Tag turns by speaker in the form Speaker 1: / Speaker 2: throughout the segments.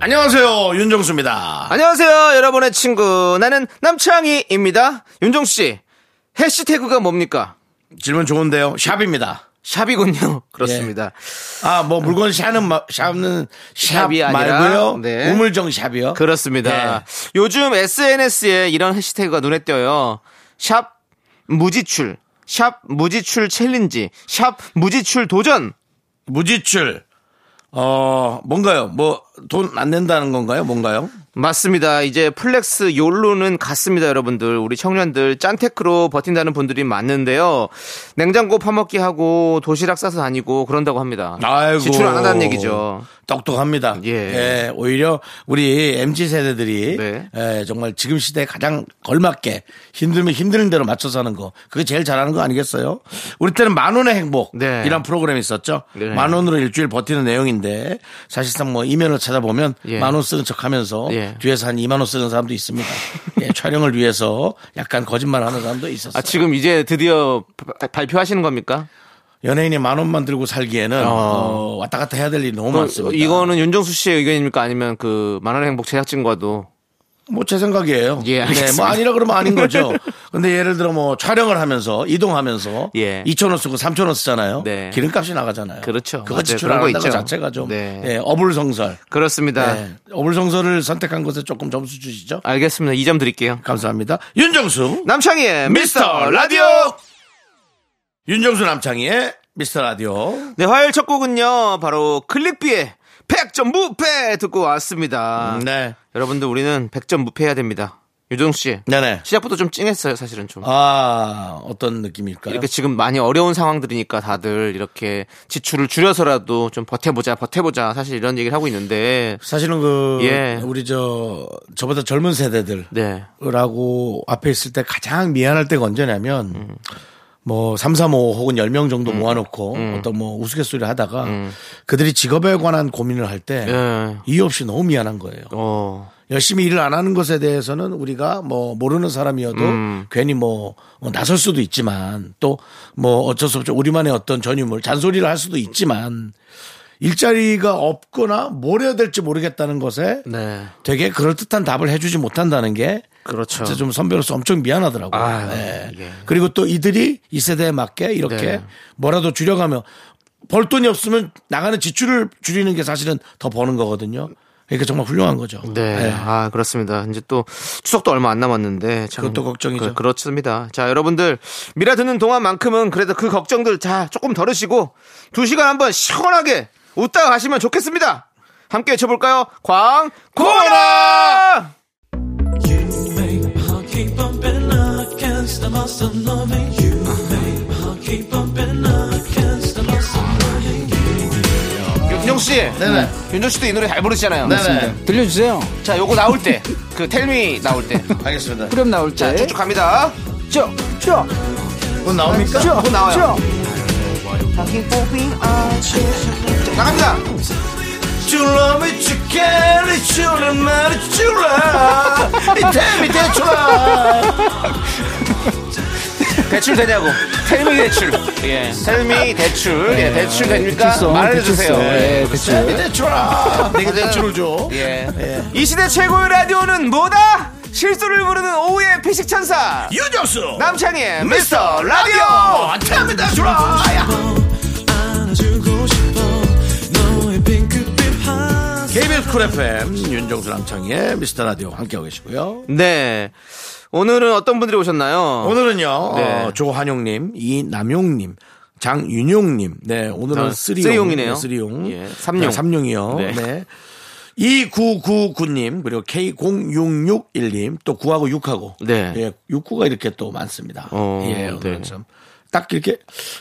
Speaker 1: 안녕하세요 윤정수입니다.
Speaker 2: 안녕하세요, 여러분의 친구. 나는 남창희입니다. 윤종수 씨, 해시태그가 뭡니까?
Speaker 1: 질문 좋은데요. 샵입니다.
Speaker 2: 샵이군요. 그렇습니다.
Speaker 1: 아 뭐 물건 샤는 마- 샵는 샵
Speaker 2: 네. 샵이 아니라,
Speaker 1: 말고요.
Speaker 2: 네.
Speaker 1: 우물정 샵이요.
Speaker 2: 그렇습니다.
Speaker 1: 네.
Speaker 2: 요즘 SNS에 이런 해시태그가 눈에 띄어요. 샵 무지출, 샵 무지출 챌린지, 샵 무지출 도전.
Speaker 1: 무지출. 어 뭔가요? 뭐 돈 안 낸다는 건가요? 뭔가요?
Speaker 2: 맞습니다. 이제 플렉스 욜로는 갔습니다, 여러분들. 우리 청년들 짠테크로 버틴다는 분들이 많는데요. 냉장고 파먹기 하고 도시락 싸서 다니고 그런다고 합니다.
Speaker 1: 아이고.
Speaker 2: 지출 안 한다는 얘기죠.
Speaker 1: 똑똑합니다.
Speaker 2: 예.
Speaker 1: 예, 오히려 우리 MZ 세대들이
Speaker 2: 네.
Speaker 1: 예, 정말 지금 시대에 가장 걸맞게 힘들면 힘드는 대로 맞춰서 하는 거 그게 제일 잘하는 거 아니겠어요? 우리 때는 만 원의 행복
Speaker 2: 네.
Speaker 1: 이란 프로그램이 있었죠.
Speaker 2: 네.
Speaker 1: 만 원으로 일주일 버티는 내용인데 사실상 뭐 이면을 찾아보면
Speaker 2: 예.
Speaker 1: 만 원 쓰는 척하면서
Speaker 2: 예.
Speaker 1: 뒤에서 한 2만 원 쓰는 사람도 있습니다. 예, 촬영을 위해서 약간 거짓말하는 사람도 있었어요.
Speaker 2: 아, 지금 이제 드디어 바- 발표하시는 겁니까?
Speaker 1: 연예인이 만 원만 들고 살기에는 어, 왔다 갔다 해야 될 일이 너무 많습니다.
Speaker 2: 뭐 이거는 윤정수 씨의 의견입니까? 아니면 그 만원 행복 제작진과도
Speaker 1: 뭐 제 생각이에요. 네,
Speaker 2: 예,
Speaker 1: 뭐
Speaker 2: 알겠습니다.
Speaker 1: 아니라 그러면 아닌 거죠. 근데 예를 들어 뭐 촬영을 하면서 이동하면서
Speaker 2: 예.
Speaker 1: 2천 원 쓰고 3천 원 쓰잖아요.
Speaker 2: 네.
Speaker 1: 기름값이 나가잖아요.
Speaker 2: 그렇죠.
Speaker 1: 그거
Speaker 2: 맞아요.
Speaker 1: 지출하는
Speaker 2: 그런
Speaker 1: 거
Speaker 2: 거 있죠.
Speaker 1: 자체가 좀
Speaker 2: 네.
Speaker 1: 예, 어불성설.
Speaker 2: 그렇습니다.
Speaker 1: 예, 어불성설을 선택한 것에 조금 점수 주시죠.
Speaker 2: 알겠습니다. 이 점 드릴게요.
Speaker 1: 감사합니다. 윤정수
Speaker 2: 남창희의
Speaker 1: 미스터 라디오. 윤정수 남창희의 미스터 라디오.
Speaker 2: 네, 화요일 첫 곡은요. 바로 클릭비의 100점 무패 듣고 왔습니다.
Speaker 1: 네.
Speaker 2: 여러분들 우리는 100점 무패해야 됩니다. 유정수 씨.
Speaker 1: 네네.
Speaker 2: 시작부터 좀 찡했어요, 사실은 좀.
Speaker 1: 아 어떤 느낌일까요?
Speaker 2: 이렇게 지금 많이 어려운 상황들이니까 다들 이렇게 지출을 줄여서라도 좀 버텨보자, 버텨보자. 사실 이런 얘기를 하고 있는데.
Speaker 1: 사실은 그
Speaker 2: 예.
Speaker 1: 우리 저 저보다 젊은 세대들
Speaker 2: 네.
Speaker 1: 라고 앞에 있을 때 가장 미안할 때가 언제냐면 뭐 3, 3, 5 혹은 10명 정도 모아놓고 어떤 뭐 우스갯소리 하다가 그들이 직업에 관한 고민을 할 때
Speaker 2: 예.
Speaker 1: 이유 없이 너무 미안한 거예요.
Speaker 2: 어.
Speaker 1: 열심히 일을 안 하는 것에 대해서는 우리가 뭐 모르는 사람이어도 괜히 뭐, 뭐 나설 수도 있지만 또 뭐 어쩔 수 없죠. 우리만의 어떤 전유물 잔소리를 할 수도 있지만 일자리가 없거나 뭘 해야 될지 모르겠다는 것에
Speaker 2: 네.
Speaker 1: 되게 그럴듯한 답을 해주지 못한다는 게
Speaker 2: 그렇죠.
Speaker 1: 진짜 좀 선배로서 엄청 미안하더라고요.
Speaker 2: 아유,
Speaker 1: 예.
Speaker 2: 예.
Speaker 1: 그리고 또 이들이 이 세대에 맞게 이렇게
Speaker 2: 네.
Speaker 1: 뭐라도 줄여가며 벌 돈이 없으면 나가는 지출을 줄이는 게 사실은 더 버는 거거든요. 그러니까 정말 훌륭한 거죠.
Speaker 2: 네.
Speaker 1: 예.
Speaker 2: 아, 그렇습니다. 이제 또 추석도 얼마 안 남았는데. 참
Speaker 1: 그것도 걱정이죠.
Speaker 2: 그, 렇습니다 자, 여러분들. 미라 듣는 동안만큼은 그래도 그 걱정들 다 조금 덜으시고 두 시간 한번 시원하게 웃다가 가시면 좋겠습니다. 함께 외쳐볼까요? 광고라! 윤정씨.
Speaker 1: 네네.
Speaker 2: 윤정씨도 이 노래 잘 부르시잖아요.
Speaker 1: 네네.
Speaker 3: 들려주세요.
Speaker 2: 자, 요거 나올 때. 그 텔미 나올 때.
Speaker 1: 알겠습니다.
Speaker 3: 그럼 나올
Speaker 2: 자,
Speaker 3: 때.
Speaker 2: 쭉쭉 갑니다.
Speaker 3: 쭉, 쭉,
Speaker 1: 곧 나옵니까?
Speaker 3: 쭉,
Speaker 2: 또 나와요.
Speaker 3: 쭉.
Speaker 2: 나갑니다.
Speaker 1: You love me, you care, you love me, you love me. Tell me that you love.
Speaker 2: 대출 되냐고. 텔미 대출. 예. 텔미 대출.
Speaker 3: 네.
Speaker 2: 예, 대출 됩니까?
Speaker 3: 대출성,
Speaker 2: 말해주세요. 네, 그
Speaker 3: 대출성.
Speaker 1: Tell me
Speaker 3: 예, 대출.
Speaker 1: that you love. 내게 대출을 줘.
Speaker 2: 예. 이 시대 최고의 라디오는 뭐다? 실수를 부르는 오후의 피식천사.
Speaker 1: 유정수.
Speaker 2: 남창희의 미스터 라디오!
Speaker 1: 라디오. Tell me that you love. KBS 쿨 FM 윤정수 남창희의 미스터 라디오 함께하고 계시고요.
Speaker 2: 네. 오늘은 어떤 분들이 오셨나요?
Speaker 1: 오늘은요
Speaker 2: 네.
Speaker 1: 어, 조한용님, 이남용님, 장윤용님. 네 오늘은
Speaker 2: 아,
Speaker 1: 쓰리용,
Speaker 2: 쓰리용이네요.
Speaker 1: 네, 쓰리용,
Speaker 2: 예, 삼용.
Speaker 1: 네, 삼용이요.
Speaker 2: 네.
Speaker 1: 네. 2999님 그리고 K0661님 또 9하고 6하고
Speaker 2: 네.
Speaker 1: 예, 69가 이렇게 또 많습니다.
Speaker 2: 어,
Speaker 1: 예, 오늘
Speaker 2: 네.
Speaker 1: 참 딱 이렇게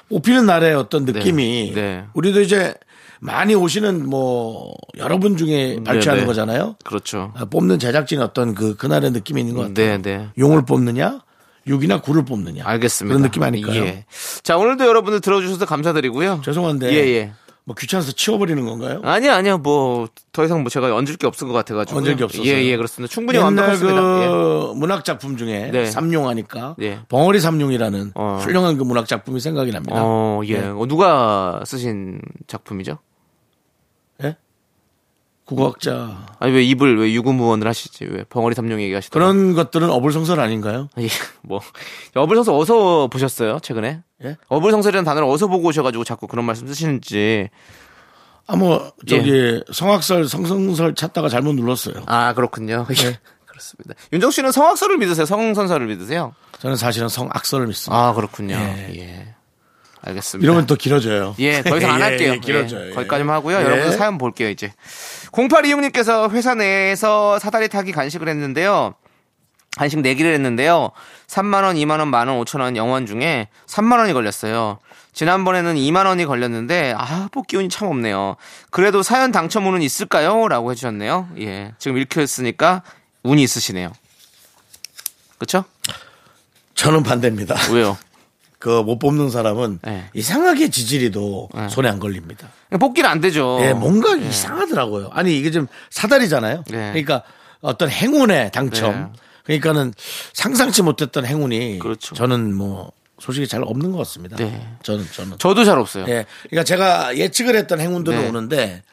Speaker 1: 뽑히는 날의 어떤 느낌이
Speaker 2: 네.
Speaker 1: 우리도 이제 많이 오시는 뭐 여러분 중에 발췌하는
Speaker 2: 네.
Speaker 1: 거잖아요.
Speaker 2: 그렇죠.
Speaker 1: 아, 뽑는 제작진 어떤 그 그날의 느낌이 있는 것 같아요.
Speaker 2: 네, 네.
Speaker 1: 용을 뽑느냐, 육이나 구를 뽑느냐.
Speaker 2: 알겠습니다.
Speaker 1: 그런 느낌 아닐까요?
Speaker 2: 예. 자, 오늘도 여러분들 들어주셔서 감사드리고요.
Speaker 1: 죄송한데
Speaker 2: 예, 예.
Speaker 1: 뭐 귀찮아서 치워버리는 건가요?
Speaker 2: 아니요, 아니요. 뭐 더 이상 뭐 제가 얹을 게 없을 것 같아가지고.
Speaker 1: 얹을 게 없었어요.
Speaker 2: 예, 예, 그렇습니다. 충분히
Speaker 1: 옛날
Speaker 2: 완벽했습니다. 예.
Speaker 1: 그 문학 작품 중에
Speaker 2: 네.
Speaker 1: 삼룡하니까
Speaker 2: 예.
Speaker 1: 벙어리 삼룡이라는
Speaker 2: 어.
Speaker 1: 훌륭한 그 문학 작품이 생각이
Speaker 2: 예.
Speaker 1: 납니다.
Speaker 2: 어, 예.
Speaker 1: 네.
Speaker 2: 어, 누가 쓰신 작품이죠?
Speaker 1: 예? 국어학자
Speaker 2: 아니 왜 입을 왜 유구무원을 하시지? 왜 벙어리 삼룡 얘기하시죠?
Speaker 1: 그런 것들은 어불성설 아닌가요?
Speaker 2: 예, 뭐 어불성설 어서 보셨어요 최근에?
Speaker 1: 예?
Speaker 2: 어불성설이라는 단어를 어서 보고 오셔가지고 자꾸 그런 말씀 쓰시는지.
Speaker 1: 아뭐 저기
Speaker 2: 예.
Speaker 1: 성악설 성성설 찾다가 잘못 눌렀어요.
Speaker 2: 아 그렇군요. 예. 그렇습니다. 윤정 씨는 성악설을 믿으세요? 성선설을 믿으세요?
Speaker 1: 저는 사실은 성악설을 믿습니다.
Speaker 2: 아 그렇군요.
Speaker 1: 예.
Speaker 2: 예. 알겠습니다.
Speaker 1: 이러면 또 길어져요.
Speaker 2: 예, 더 이상 안
Speaker 1: 예,
Speaker 2: 할게요.
Speaker 1: 예, 길어져요.
Speaker 2: 예,
Speaker 1: 예.
Speaker 2: 거기까지만 하고요.
Speaker 1: 예.
Speaker 2: 여러분 사연 볼게요, 이제. 0826님께서 회사 내에서 사다리 타기 간식을 했는데요. 간식 내기를 했는데요. 3만원, 2만원, 만원, 5천원, 영원 중에 3만원이 걸렸어요. 지난번에는 2만원이 걸렸는데, 아, 뽑기 운이 참 없네요. 그래도 사연 당첨운은 있을까요? 라고 해주셨네요. 예. 지금 읽혔으니까 운이 있으시네요. 그쵸?
Speaker 1: 저는 반대입니다.
Speaker 2: 왜요?
Speaker 1: 그 못 뽑는 사람은
Speaker 2: 예.
Speaker 1: 이상하게 지질이도
Speaker 2: 예.
Speaker 1: 손에 안 걸립니다.
Speaker 2: 뽑기는 안 되죠.
Speaker 1: 예, 뭔가 이상하더라고요. 아니 이게 좀 사다리잖아요.
Speaker 2: 네.
Speaker 1: 그러니까 어떤 행운의 당첨.
Speaker 2: 네.
Speaker 1: 그러니까는 상상치 못했던 행운이
Speaker 2: 그렇죠.
Speaker 1: 저는 뭐 솔직히 잘 없는 것 같습니다.
Speaker 2: 네.
Speaker 1: 저는 저는
Speaker 2: 저도 잘 없어요.
Speaker 1: 예, 그러니까 제가 예측을 했던 행운들은
Speaker 2: 네.
Speaker 1: 오는데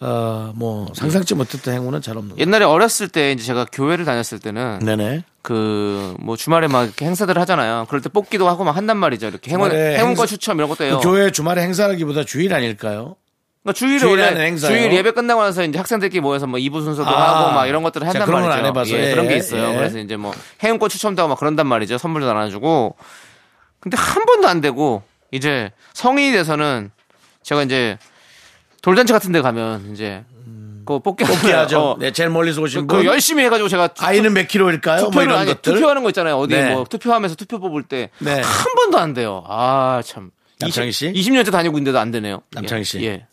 Speaker 1: 어뭐 상상치 못했던 행운은 잘 없는. 것
Speaker 2: 옛날에 어렸을 때 이제 제가 교회를 다녔을 때는
Speaker 1: 같아요. 네네.
Speaker 2: 그 뭐 주말에 막 이렇게 행사들 하잖아요. 그럴 때 뽑기도 하고 막 한단 말이죠. 이렇게 행운
Speaker 1: 주말에
Speaker 2: 행운과
Speaker 1: 행사-
Speaker 2: 추첨 이런 것도 해요.
Speaker 1: 그 교회 주말에 행사하기보다 주일 아닐까요?
Speaker 2: 그러니까 주일에
Speaker 1: 주일에
Speaker 2: 원래
Speaker 1: 하는 행사요?
Speaker 2: 주일 예배 끝나고 나서 이제 학생들끼리 모여서 뭐 이부 순서도
Speaker 1: 아,
Speaker 2: 하고 막 이런 것들을
Speaker 1: 제가
Speaker 2: 한단
Speaker 1: 그런 건
Speaker 2: 말이죠.
Speaker 1: 안 해봐서.
Speaker 2: 예,
Speaker 1: 예,
Speaker 2: 그런 게 있어요.
Speaker 1: 예.
Speaker 2: 그래서 이제 뭐 행운권 추첨도 하고 막 그런단 말이죠. 선물도 나눠주고. 근데 한 번도 안 되고 이제 성인이 돼서는 제가 이제 돌잔치 같은 데 가면 이제 그 뽑기
Speaker 1: 음. 뽑기
Speaker 2: 하잖아요.
Speaker 1: 하죠.
Speaker 2: 어.
Speaker 1: 네, 제일 멀리서 오신
Speaker 2: 그
Speaker 1: 분.
Speaker 2: 열심히 해가지고 제가
Speaker 1: 아이는 몇 킬로일까요? 뭐
Speaker 2: 투표를
Speaker 1: 이런
Speaker 2: 아니
Speaker 1: 것들.
Speaker 2: 투표하는 거 있잖아요. 어디
Speaker 1: 네.
Speaker 2: 뭐 투표하면서 투표 뽑을 때 한
Speaker 1: 네.
Speaker 2: 번도 안 돼요. 아 참.
Speaker 1: 남창희 씨?
Speaker 2: 20년째 다니고 있는데도 안 되네요.
Speaker 1: 남창희 씨?
Speaker 2: 예. 예.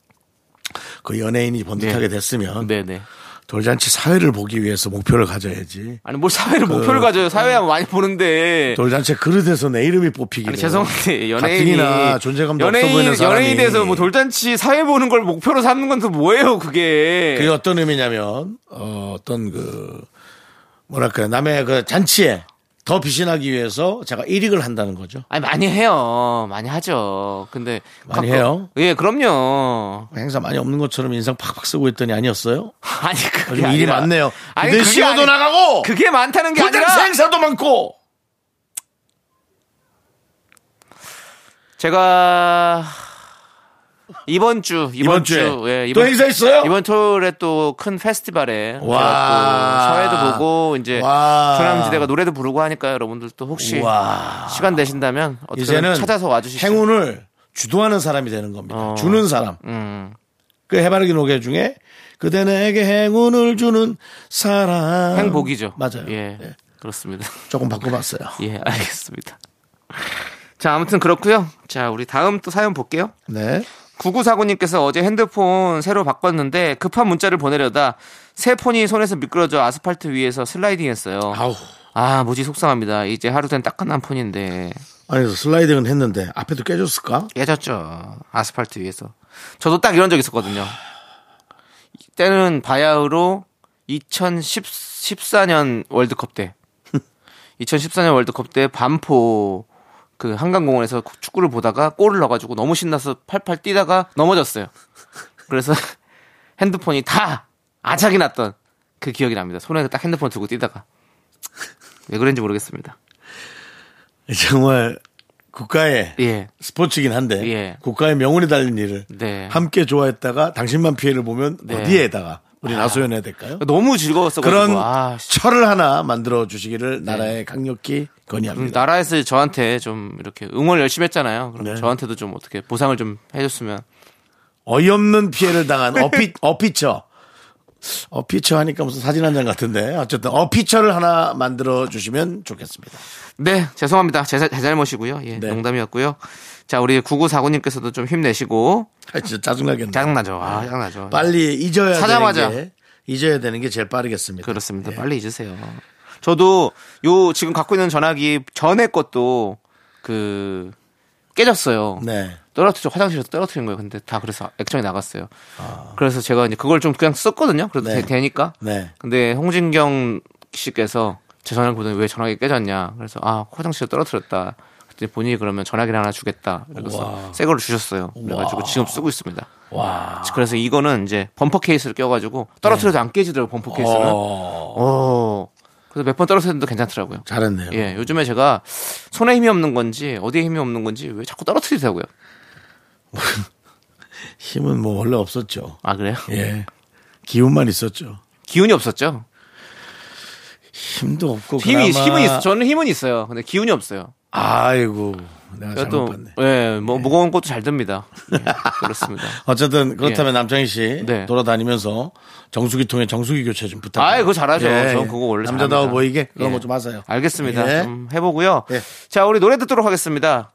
Speaker 1: 그 연예인이 번듯하게
Speaker 2: 네.
Speaker 1: 됐으면
Speaker 2: 네네.
Speaker 1: 돌잔치 사회를 보기 위해서 목표를 가져야지.
Speaker 2: 아니 뭘 사회를 목표를 가져요. 사회야 많이 보는데.
Speaker 1: 그 돌잔치 그릇에서 내 이름이 뽑히기.
Speaker 2: 예. 아니 죄송한데 연예인이
Speaker 1: 가뜩이나 존재감도 없어
Speaker 2: 연예인
Speaker 1: 보이는 사람이.
Speaker 2: 연예인에 대해서 뭐 돌잔치 사회 보는 걸 목표로 삼는 건 또 뭐예요 그게.
Speaker 1: 그게 어떤 의미냐면 어, 어떤 그 뭐랄까요 남의 그 잔치에 더 비신하기 위해서 제가 일익을 한다는 거죠.
Speaker 2: 아니 많이 해요. 많이 하죠. 근데
Speaker 1: 많이 해요?
Speaker 2: 예, 그럼요.
Speaker 1: 행사 많이 없는 것처럼 인상 팍팍 쓰고 있더니 아니었어요?
Speaker 2: 아니 그게
Speaker 1: 요즘 일이
Speaker 2: 아니라-
Speaker 1: 많네요.
Speaker 2: 아니
Speaker 1: 내
Speaker 2: 그게
Speaker 1: 시험도
Speaker 2: 아니-
Speaker 1: 나가고
Speaker 2: 그게 많다는 게 아니라
Speaker 1: 돌잔치 행사도 많고
Speaker 2: 제가 이번 주 이번,
Speaker 1: 이번
Speaker 2: 주,
Speaker 1: 주에
Speaker 2: 예,
Speaker 1: 또 행사 있어요?
Speaker 2: 이번 토요일에 또 큰 페스티벌에
Speaker 1: 와.
Speaker 2: 제가 또 사회도 보고 이제
Speaker 1: 와.
Speaker 2: 조남지대가 노래도 부르고 하니까 여러분들 또 혹시
Speaker 1: 와.
Speaker 2: 시간 되신다면 어떻게
Speaker 1: 이제는
Speaker 2: 찾아서 와주시죠.
Speaker 1: 행운을 주도하는 사람이 되는 겁니다.
Speaker 2: 어.
Speaker 1: 주는 사람.
Speaker 2: 음.
Speaker 1: 그 해바라기 노래 중에 그대 내게 행운을 주는 사람.
Speaker 2: 행복이죠.
Speaker 1: 맞아요.
Speaker 2: 예,
Speaker 1: 예.
Speaker 2: 그렇습니다.
Speaker 1: 조금 바꿔봤어요.
Speaker 2: 예, 알겠습니다. 자, 아무튼 그렇고요. 자, 우리 다음 또 사연 볼게요.
Speaker 1: 네.
Speaker 2: 9949님께서 어제 핸드폰 새로 바꿨는데 급한 문자를 보내려다 새 폰이 손에서 미끄러져 아스팔트 위에서 슬라이딩 했어요.
Speaker 1: 아우.
Speaker 2: 아, 무지 속상합니다. 이제 하루 된 따끈한 폰인데.
Speaker 1: 아니, 그 슬라이딩은 했는데 앞에도 깨졌을까?
Speaker 2: 깨졌죠. 아스팔트 위에서. 저도 딱 이런 적 있었거든요. 때는 바야흐로 2014년 월드컵 때. 2014년 월드컵 때 반포 그 한강공원에서 축구를 보다가 골을 넣어가지고 너무 신나서 팔팔 뛰다가 넘어졌어요. 그래서 핸드폰이 다 아작이 났던 그 기억이 납니다. 손에 딱 핸드폰 들고 뛰다가. 왜 그런지 모르겠습니다.
Speaker 1: 정말 국가의
Speaker 2: 예.
Speaker 1: 스포츠긴 한데
Speaker 2: 예.
Speaker 1: 국가의 명운이 달린 일을
Speaker 2: 네.
Speaker 1: 함께 좋아했다가 당신만 피해를 보면
Speaker 2: 네.
Speaker 1: 어디에다가 우리 나소연해야 될까요?
Speaker 2: 너무 즐거웠어.
Speaker 1: 그런
Speaker 2: 아, 씨. 네.
Speaker 1: 철을 하나 만들어 주시기를 나라에 강력히
Speaker 2: 음,
Speaker 1: 건의합니다.
Speaker 2: 나라에서 저한테 좀 이렇게 응원 열심히 했잖아요. 그럼
Speaker 1: 네.
Speaker 2: 저한테도 좀 어떻게 보상을 좀 해줬으면. 네.
Speaker 1: 어이없는 피해를 당한 어피 어피처 어, 피처 하니까 무슨 사진 한 장 같은데. 어쨌든, 어, 피처를 하나 만들어 주시면 좋겠습니다.
Speaker 2: 네, 죄송합니다. 제, 잘- 제 잘못이고요. 예,
Speaker 1: 네.
Speaker 2: 농담이었고요. 자, 우리 9949님께서도 좀 힘내시고.
Speaker 1: 아, 진짜 짜증나겠네.
Speaker 2: 짜증나죠. 아, 짜증나죠.
Speaker 1: 빨리 잊어야
Speaker 2: 사자마자.
Speaker 1: 되는 게, 잊어야 되는 게 제일 빠르겠습니다.
Speaker 2: 그렇습니다.
Speaker 1: 예.
Speaker 2: 빨리 잊으세요. 저도 요 지금 갖고 있는 전화기 전에 것도 그 깨졌어요.
Speaker 1: 네.
Speaker 2: 떨어뜨려 화장실에서 떨어뜨린 거예요. 근데 다 그래서 액정이 나갔어요. 그래서 제가 이제 그걸 좀 그냥 썼거든요. 그래도
Speaker 1: 아. 네.
Speaker 2: 되- 되니까.
Speaker 1: 네.
Speaker 2: 근데 홍진경 씨께서 제 전화기 보더니 왜 전화기 깨졌냐. 그래서 아 화장실에 떨어뜨렸다. 그랬더니 본인이 그러면 전화기를 하나 주겠다. 그래서 새 거를 주셨어요. 그래가지고 지금 쓰고 있습니다.
Speaker 1: 와.
Speaker 2: 그래서 이거는 이제 범퍼 케이스를 껴가지고 떨어뜨려도 안 깨지더라고 범퍼 케이스는.
Speaker 1: 네. 어,
Speaker 2: 어. 그래서 몇 번 떨어뜨렸는데 괜찮더라고요.
Speaker 1: 잘했네요.
Speaker 2: 예, 요즘에 제가 손에 힘이 없는 건지 어디에 힘이 없는 건지 왜 자꾸 떨어뜨리더라고요.
Speaker 1: 힘은 뭐 원래 없었죠.
Speaker 2: 아 그래요?
Speaker 1: 예. 기운만 있었죠.
Speaker 2: 기운이 없었죠.
Speaker 1: 힘도 없고.
Speaker 2: 힘이
Speaker 1: 그나마-
Speaker 2: 힘은 있어. 저는 힘은 있어요. 근데 기운이 없어요.
Speaker 1: 아이고. 내가
Speaker 2: 제가
Speaker 1: 잘못
Speaker 2: 또
Speaker 1: 봤네.
Speaker 2: 예, 뭐 무거운 것도 잘 듭니다. 예, 그렇습니다.
Speaker 1: 어쨌든 그렇다면 남창희 씨
Speaker 2: 네.
Speaker 1: 돌아다니면서 정수기 통에 정수기 교체 좀 부탁.
Speaker 2: 아이, 그거 잘하죠. 전 그거 원래
Speaker 1: 남자다워
Speaker 2: 잘합니다.
Speaker 1: 보이게 그런
Speaker 2: 예.
Speaker 1: 거 좀 하세요.
Speaker 2: 알겠습니다. 음.
Speaker 1: 예.
Speaker 2: 좀 해보고요.
Speaker 1: 예.
Speaker 2: 자, 우리 노래 듣도록 하겠습니다.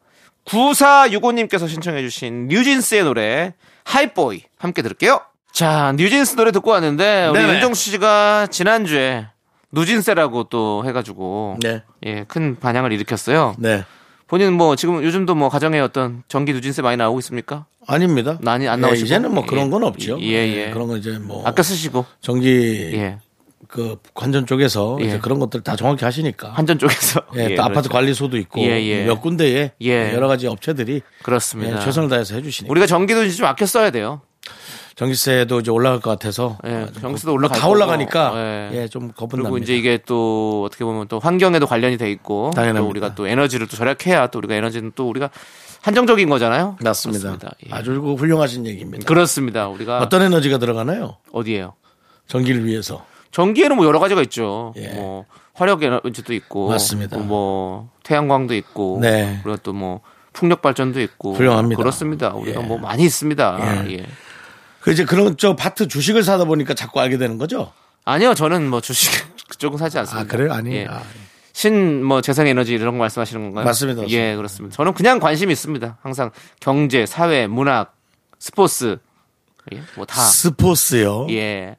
Speaker 2: 9465님께서 신청해주신 뉴진스의 노래, 하이보이. 함께 들을게요. 자, 뉴진스 노래 듣고 왔는데, 우리
Speaker 1: 네네.
Speaker 2: 윤정수 씨가 지난주에 누진세라고 또 해가지고,
Speaker 1: 네.
Speaker 2: 예, 큰 반향을 일으켰어요.
Speaker 1: 네.
Speaker 2: 본인 뭐, 지금 요즘도 뭐, 가정에 어떤 전기 누진세 많이 나오고 있습니까?
Speaker 1: 아닙니다.
Speaker 2: 많이 안
Speaker 1: 예,
Speaker 2: 나오시고?
Speaker 1: 이제는 뭐
Speaker 2: 예.
Speaker 1: 그런 건 없죠.
Speaker 2: 예, 예.
Speaker 1: 그런 건 이제 뭐
Speaker 2: 아껴 쓰시고,
Speaker 1: 전기
Speaker 2: 예.
Speaker 1: 그 관전 쪽에서
Speaker 2: 예.
Speaker 1: 이제 그런 것들 다 정확히 하시니까.
Speaker 2: 한전 쪽에서.
Speaker 1: 예, 또 아파트
Speaker 2: 그렇죠.
Speaker 1: 관리소도 있고
Speaker 2: 예, 예.
Speaker 1: 몇 군데에
Speaker 2: 예.
Speaker 1: 여러 가지 업체들이
Speaker 2: 그렇습니다.
Speaker 1: 예, 최선을 다해서 해주시니까
Speaker 2: 우리가 전기도 이제 좀 아껴 써야 돼요.
Speaker 1: 전기세도 이제 올라갈 것 같아서
Speaker 2: 예,
Speaker 1: 좀뭐
Speaker 2: 정수도 올라갈
Speaker 1: 다 올라가니까
Speaker 2: 거고, 예.
Speaker 1: 예, 좀 겁은
Speaker 2: 그리고
Speaker 1: 납니다.
Speaker 2: 이제 이게 또 어떻게 보면 또 환경에도 관련이 돼 있고
Speaker 1: 당연합니다.
Speaker 2: 또 우리가 또 에너지를 또 절약해야 또 우리가 에너지는 또 우리가 한정적인 거잖아요.
Speaker 1: 맞습니다.
Speaker 2: 그렇습니다. 예. 그러니까
Speaker 1: 아주 그 훌륭하신 얘기입니다.
Speaker 2: 그렇습니다. 우리가
Speaker 1: 어떤 에너지가 들어가나요?
Speaker 2: 어디에요?
Speaker 1: 전기를 위해서.
Speaker 2: 전기에는 뭐 여러 가지가 있죠.
Speaker 1: 예.
Speaker 2: 뭐 화력 에너지도 있고
Speaker 1: 맞습니다.
Speaker 2: 뭐 태양광도 있고
Speaker 1: 네.
Speaker 2: 그리고 또 뭐 풍력 발전도 있고
Speaker 1: 훌륭합니다.
Speaker 2: 그렇습니다. 우리가
Speaker 1: 예.
Speaker 2: 뭐 많이 있습니다.
Speaker 1: 예.
Speaker 2: 예.
Speaker 1: 그 이제 그런 저 파트 주식을 사다 보니까 자꾸 알게 되는 거죠?
Speaker 2: 아니요, 저는 뭐 주식 그쪽은 사지 않습니다.
Speaker 1: 아, 그래요? 아니.
Speaker 2: 예.
Speaker 1: 아,
Speaker 2: 신 뭐 재생 에너지 이런 거 말씀하시는 건가요?
Speaker 1: 맞습니다, 맞습니다.
Speaker 2: 예, 그렇습니다. 저는 그냥 관심이 있습니다. 항상 경제, 사회, 문학, 스포츠 예, 뭐 다.
Speaker 1: 스포츠요.
Speaker 2: 예.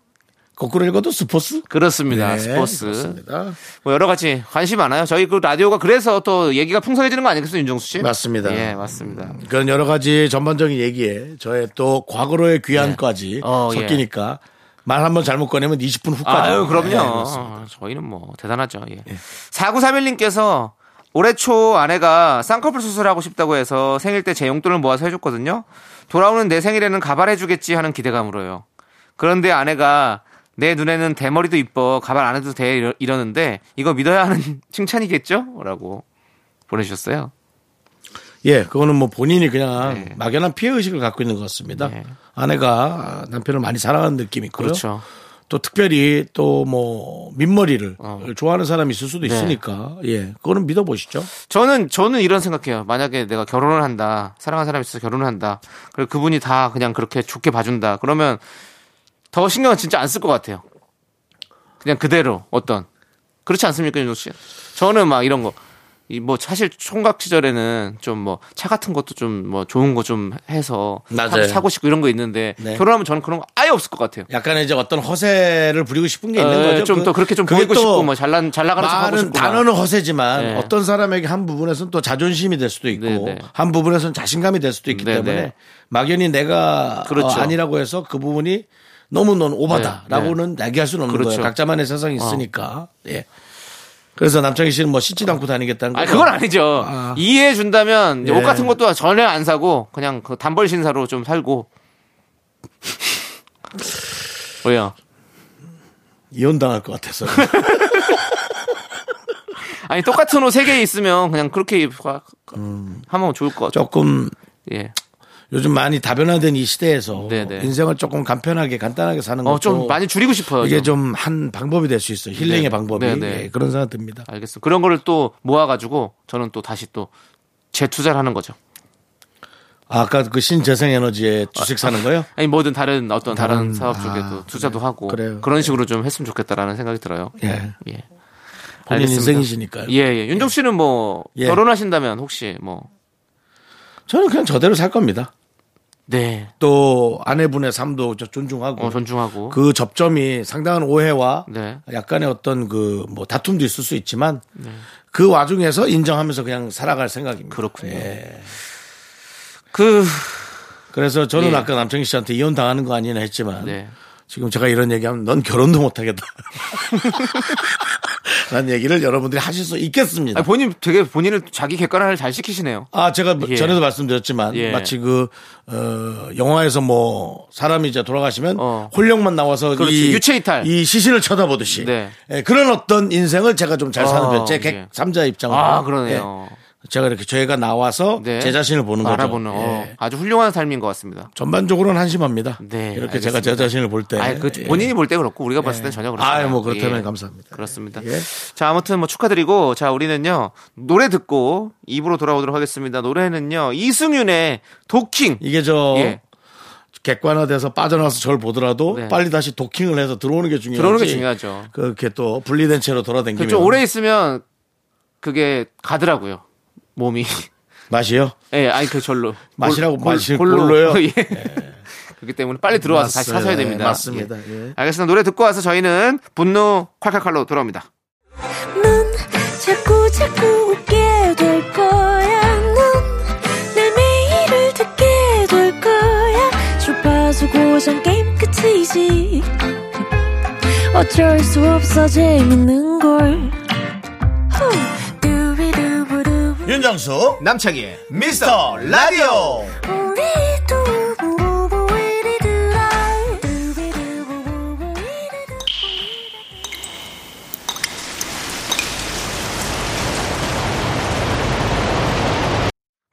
Speaker 1: 거꾸로 읽어도 스포츠?
Speaker 2: 그렇습니다.
Speaker 1: 네,
Speaker 2: 스포츠.
Speaker 1: 그렇습니다.
Speaker 2: 뭐 여러 가지 관심 많아요. 저희 그 라디오가 그래서 또 얘기가 풍성해지는 거 아니겠어요, 윤정수 씨?
Speaker 1: 맞습니다.
Speaker 2: 예, 맞습니다.
Speaker 1: 그런 여러 가지 전반적인 얘기에 저의 또 과거로의 귀환까지
Speaker 2: 어, 예.
Speaker 1: 섞이니까 말 한번 잘못 꺼내면 20분 후까지.
Speaker 2: 아유, 그럼요.
Speaker 1: 네, 그렇습니다.
Speaker 2: 저희는 뭐 대단하죠. 예. 4931님께서 올해 초 아내가 쌍꺼풀 수술하고 싶다고 해서 생일 때 제 용돈을 모아서 해줬거든요. 돌아오는 내 생일에는 가발 해주겠지 하는 기대감으로요. 그런데 아내가 내 눈에는 대머리도 이뻐 가발 안 해도 돼 이러- 이러는데 이거 믿어야 하는 칭찬이겠죠? 라고 보내주셨어요.
Speaker 1: 예, 그거는 뭐 본인이 그냥
Speaker 2: 네.
Speaker 1: 막연한 피해 의식을 갖고 있는 것 같습니다.
Speaker 2: 네.
Speaker 1: 아내가 남편을 많이 사랑하는 느낌이 있고요.
Speaker 2: 그렇죠.
Speaker 1: 또 특별히 또 뭐 민머리를 좋아하는 사람이 있을 수도 있으니까 예, 그거는 믿어보시죠.
Speaker 2: 저는 저는 이런 생각해요. 만약에 내가 결혼을 한다, 사랑하는 사람이 있어서 결혼을 한다, 그리고 그분이 다 그냥 그렇게 좋게 봐준다, 그러면 더 신경은 진짜 안 쓸 것 같아요. 그냥 그대로 어떤 그렇지 않습니까, 윤종 씨? 저는 막 이런 거. 이 뭐 사실 총각 시절에는 좀 뭐 차 같은 것도 좀 뭐 좋은 거 좀 해서
Speaker 1: 맞아요.
Speaker 2: 사- 사고 싶고 이런 거 있는데
Speaker 1: 네.
Speaker 2: 결혼하면 저는 그런 거 아예 없을 것 같아요. 어,
Speaker 1: 약간 이제 어떤 허세를 부리고 싶은 게 있는 거죠.
Speaker 2: 좀 더 그렇게 좀
Speaker 1: 그게
Speaker 2: 보이고
Speaker 1: 어, 또
Speaker 2: 싶고 뭐 잘난 잘 나가는 척하고
Speaker 1: 말은
Speaker 2: 싶고
Speaker 1: 단어는 허세지만
Speaker 2: 네.
Speaker 1: 어떤 사람에게 한 부분에서는 또 자존심이 될 수도 있고
Speaker 2: 네, 네.
Speaker 1: 한 부분에서는 자신감이 될 수도 있기
Speaker 2: 네,
Speaker 1: 때문에
Speaker 2: 네.
Speaker 1: 막연히 내가
Speaker 2: 그렇죠.
Speaker 1: 어, 아니라고 해서 그 부분이 너무 넌 오바다라고는 얘기할 수는 없는
Speaker 2: 그렇죠.
Speaker 1: 거예요. 각자만의 세상이 있으니까. 예. 그래서 남창희 씨는 뭐 씻지도 않고 다니겠다는 거.
Speaker 2: 아 그건 아니죠.
Speaker 1: 아.
Speaker 2: 이해해 준다면 이제
Speaker 1: 예.
Speaker 2: 옷 같은 것도 전혀 안 사고 그냥 그 단벌 신사로 좀 살고. 왜요?
Speaker 1: 이혼 당할 것 같아서.
Speaker 2: 아니 똑같은 옷 세 개 있으면 그냥 그렇게 입- 하-
Speaker 1: 음.
Speaker 2: 하면 좋을 것 같아요.
Speaker 1: 조금
Speaker 2: 예.
Speaker 1: 요즘 많이 다변화된 이 시대에서
Speaker 2: 네, 네.
Speaker 1: 인생을 조금 간편하게 간단하게 사는 것도
Speaker 2: 어 좀 많이 줄이고 싶어요.
Speaker 1: 이게 좀
Speaker 2: 좀.
Speaker 1: 한 방법이 될 수 있어요. 힐링의
Speaker 2: 네.
Speaker 1: 방법이.
Speaker 2: 네, 네.
Speaker 1: 예, 그런 생각 듭니다.
Speaker 2: 알겠어. 그런 거를 또 모아 가지고 저는 또 다시 또 재투자를 하는 거죠.
Speaker 1: 아까 그 신재생 에너지에 주식 사는 거요?
Speaker 2: 아니 뭐든 다른 어떤 다른,
Speaker 1: 다른,
Speaker 2: 사업 쪽에도
Speaker 1: 아,
Speaker 2: 투자도 하고
Speaker 1: 그래요.
Speaker 2: 그런 식으로 좀 했으면 좋겠다라는 생각이 들어요.
Speaker 1: 예.
Speaker 2: 예.
Speaker 1: 본인
Speaker 2: 알겠습니다.
Speaker 1: 인생이시니까요.
Speaker 2: 예, 예. 윤정 씨는 뭐
Speaker 1: 예.
Speaker 2: 결혼하신다면 혹시 뭐
Speaker 1: 저는 그냥 저대로 살 겁니다.
Speaker 2: 네.
Speaker 1: 또 아내분의 삶도 저 존중하고
Speaker 2: 어, 존중하고
Speaker 1: 그 접점이 상당한 오해와
Speaker 2: 네.
Speaker 1: 약간의 어떤 그 뭐 다툼도 있을 수 있지만 그 와중에서 인정하면서 그냥 살아갈 생각입니다.
Speaker 2: 그렇군요.
Speaker 1: 예.
Speaker 2: 그
Speaker 1: 그래서 저는
Speaker 2: 예.
Speaker 1: 아까 남청희 씨한테 이혼 당하는 거 아니냐 했지만
Speaker 2: 네.
Speaker 1: 지금 제가 이런 얘기하면 넌 결혼도 못하겠다. 라는 얘기를 여러분들이 하실 수 있겠습니다.
Speaker 2: 아니, 본인 되게 본인을 자기 객관화를 잘 시키시네요.
Speaker 1: 아, 제가
Speaker 2: 예.
Speaker 1: 전에도 말씀드렸지만
Speaker 2: 예.
Speaker 1: 마치 그, 어, 영화에서 뭐 사람이 이제 돌아가시면
Speaker 2: 어.
Speaker 1: 혼령만 나와서
Speaker 2: 그렇지.
Speaker 1: 이,
Speaker 2: 유체 이탈.
Speaker 1: 이 시신을 쳐다보듯이
Speaker 2: 네.
Speaker 1: 예, 그런 어떤 인생을 제가 좀 잘 사는
Speaker 2: 어,
Speaker 1: 편제
Speaker 2: 예.
Speaker 1: 객, 삼자 입장으로.
Speaker 2: 아, 그러네요.
Speaker 1: 예. 제가 이렇게 저희가 나와서
Speaker 2: 네.
Speaker 1: 어, 제 자신을 보는
Speaker 2: 알아보는
Speaker 1: 거죠.
Speaker 2: 어,
Speaker 1: 예.
Speaker 2: 아주 훌륭한 삶인 것 같습니다.
Speaker 1: 전반적으로는 한심합니다.
Speaker 2: 네,
Speaker 1: 이렇게
Speaker 2: 알겠습니다.
Speaker 1: 제가 제 자신을 볼 때.
Speaker 2: 아, 그
Speaker 1: 예.
Speaker 2: 본인이 볼 때 그렇고 우리가 봤을 땐 전혀 그렇지 않아요.
Speaker 1: 아유, 뭐 그렇다면
Speaker 2: 예.
Speaker 1: 감사합니다.
Speaker 2: 그렇습니다.
Speaker 1: 예.
Speaker 2: 자, 아무튼 뭐 축하드리고 자, 우리는요. 노래 듣고 입으로 돌아오도록 하겠습니다. 노래는요. 이승윤의 도킹.
Speaker 1: 이게 저
Speaker 2: 예.
Speaker 1: 객관화돼서 빠져나와서 저를 보더라도
Speaker 2: 네.
Speaker 1: 빨리 다시 도킹을 해서 들어오는 게 중요하지.
Speaker 2: 들어오는 게 중요하죠.
Speaker 1: 그렇게 또 분리된 채로 돌아다니면
Speaker 2: 그좀 오래 있으면 그게 가더라고요. 몸이.
Speaker 1: 맛이요?
Speaker 2: 예, 아니 그 절로. 골-
Speaker 1: 맛이라고
Speaker 2: 골-
Speaker 1: 마시는 골로요?
Speaker 2: 예. 그렇기 때문에 빨리 들어와서 다시
Speaker 1: 맞아요.
Speaker 2: 사셔야 됩니다.
Speaker 1: 맞습니다.
Speaker 2: 예.
Speaker 1: 예.
Speaker 2: 알겠습니다. 노래 듣고 와서 저희는 분노 콸콸콸로 돌아옵니다.
Speaker 3: 넌 자꾸 자꾸 웃게 될 거야. 넌내 매일을 듣게 될 거야. 주파수 고정 게임 끝이지. 어쩔 수 없어 재밌는 걸. 후. 두비두부두.
Speaker 1: 윤정수
Speaker 2: 남창희의 미스터 라디오.
Speaker 3: 우리 두부부부 우리 두라. 두비두부부부 우리 두라.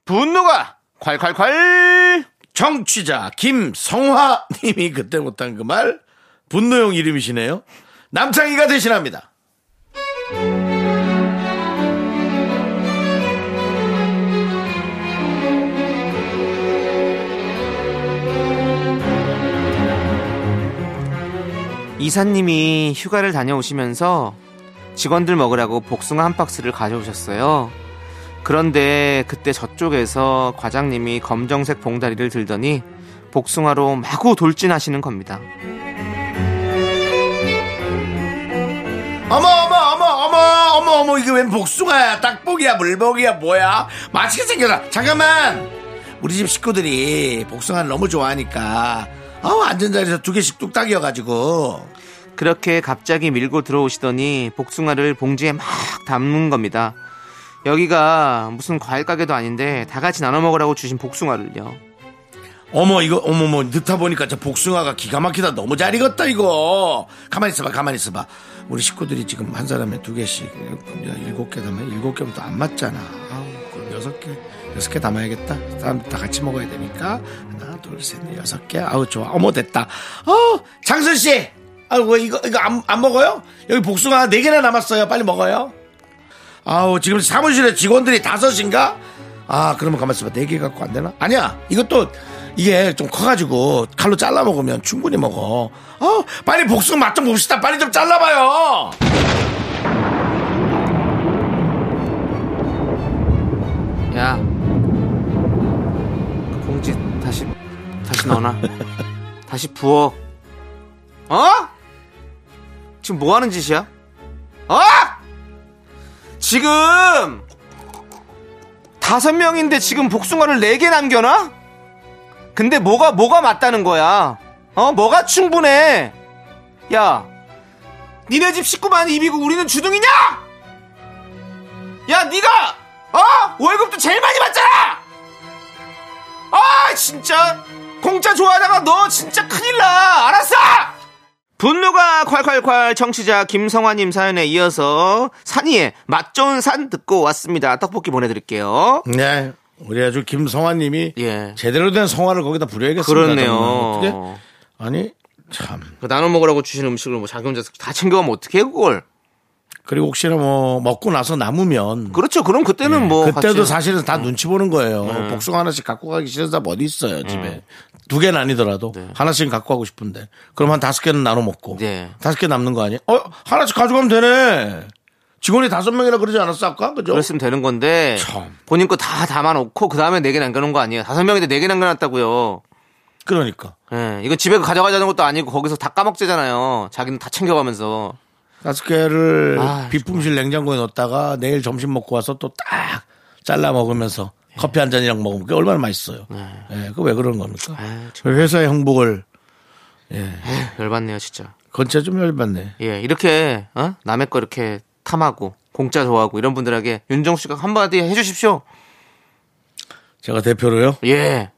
Speaker 2: 분노가 콸콸콸.
Speaker 1: 정취자 김성화님이 그때 못한 그 말 분노용 이름이시네요. 남창희가 대신합니다.
Speaker 2: 이사님이 휴가를 다녀오시면서 직원들 먹으라고 복숭아 한 박스를 가져오셨어요. 그런데 그때 저쪽에서 과장님이 검정색 봉다리를 들더니 복숭아로 마구 돌진하시는 겁니다.
Speaker 1: 어머 어머 어머 어머 어머 어머 이게 웬 복숭아야 딱복이야 물복이야 뭐야 맛있게 생겨라 잠깐만 우리 집 식구들이 복숭아를 너무 좋아하니까 아우 앉은 자리에서 두 개씩 뚝딱 이어가지고
Speaker 2: 그렇게 갑자기 밀고 들어오시더니 복숭아를 봉지에 막 담는 겁니다. 여기가 무슨 과일 가게도 아닌데 다 같이 나눠 먹으라고 주신 복숭아를요.
Speaker 1: 어머 이거 어머머 넣다 보니까 저 복숭아가 기가 막히다 너무 잘 익었다 이거 가만히 있어봐 가만히 있어봐 우리 식구들이 지금 한 사람에 두 개씩 일곱 개 담아 일곱 개부터 안 맞잖아 아우 그럼 여섯 개 여섯 개 담아야겠다 사람 다 같이 먹어야 되니까 하나 둘셋넷 여섯 개 아우 좋아 어머 됐다 어 장순 씨 아이고 이거 이거 안, 안 먹어요 여기 복숭아 네 개나 남았어요 빨리 먹어요 아우 지금 사무실에 직원들이 다섯인가? 아 그러면 가만 있어봐 네 개 갖고 안 되나? 아니야 이것도 이게 좀 커가지고 칼로 잘라 먹으면 충분히 먹어. 어 빨리 복숭아 맛 좀 봅시다. 빨리 좀 잘라봐요.
Speaker 2: 야, 그 봉지 다시 다시 넣어놔. 다시 부어. 어? 지금 뭐 하는 짓이야? 어? 지금 다섯 명인데 지금 복숭아를 네 개 남겨놔? 근데 뭐가 뭐가 맞다는 거야? 어, 뭐가 충분해? 야, 니네 집 식구만 입이고 우리는 주둥이냐? 야, 네가 어? 월급도 제일 많이 받잖아. 아, 진짜 공짜 좋아하다가 너 진짜 큰일 나. 알았어. 분노가 콸콸콸 청취자 김성화님 사연에 이어서 산이의 맛 좋은 산 듣고 왔습니다. 떡볶이 보내드릴게요.
Speaker 1: 네 우리 아주 김성화님이
Speaker 2: 예.
Speaker 1: 제대로 된 성화를 거기다 부려야겠습니다.
Speaker 2: 그렇네요.
Speaker 1: 정말. 어떻게? 아니 참
Speaker 2: 그 나눠 먹으라고 주신 음식을 뭐 자기 혼자서 다 챙겨가면 어떻게 그걸?
Speaker 1: 그리고 혹시나 뭐 먹고 나서 남으면
Speaker 2: 그렇죠. 그럼 그때는 뭐
Speaker 1: 그때도
Speaker 2: 같이- 네.
Speaker 1: 사실은 다 눈치 보는 거예요. 복숭아 하나씩 갖고 가기 싫은 사람 어디 있어요, 집에.
Speaker 2: 음.
Speaker 1: 두 개는 아니더라도 하나씩 은 갖고 가고 싶은데. 그럼 한 다섯 개는 나눠 먹고.
Speaker 2: 네.
Speaker 1: 다섯 개 남는 거 아니에요? 어, 하나씩 가져가면 되네. 직원이 다섯 명이라 그러지 않았어, 아까? 그죠?
Speaker 2: 그랬으면 되는 건데
Speaker 1: 참.
Speaker 2: 본인 거 다 담아놓고 그 다음에 네 개 남겨놓은 거 아니에요? 다섯 명인데 네 개 남겨놨다고요.
Speaker 1: 그러니까.
Speaker 2: 예, 이거 집에 가져가자는 것도 아니고 거기서 다 까먹재잖아요. 자기는 다 챙겨가면서
Speaker 1: 다섯 개를
Speaker 2: 아,
Speaker 1: 비품실 냉장고에 넣었다가 내일 점심 먹고 와서 또 딱 잘라 먹으면서
Speaker 2: 네.
Speaker 1: 커피 한 잔이랑 먹으면 그게 얼마나 맛있어요. 예, 그거 왜 그런 겁니까?
Speaker 2: 아유,
Speaker 1: 회사의 행복을
Speaker 2: 열받네요, 진짜.
Speaker 1: 건짜좀 열받네.
Speaker 2: 예, 이렇게 어? 남의 거 이렇게 탐하고 공짜 좋아하고 이런 분들에게 윤정 씨가 한마디 해주십시오.
Speaker 1: 제가 대표로요.
Speaker 2: 예,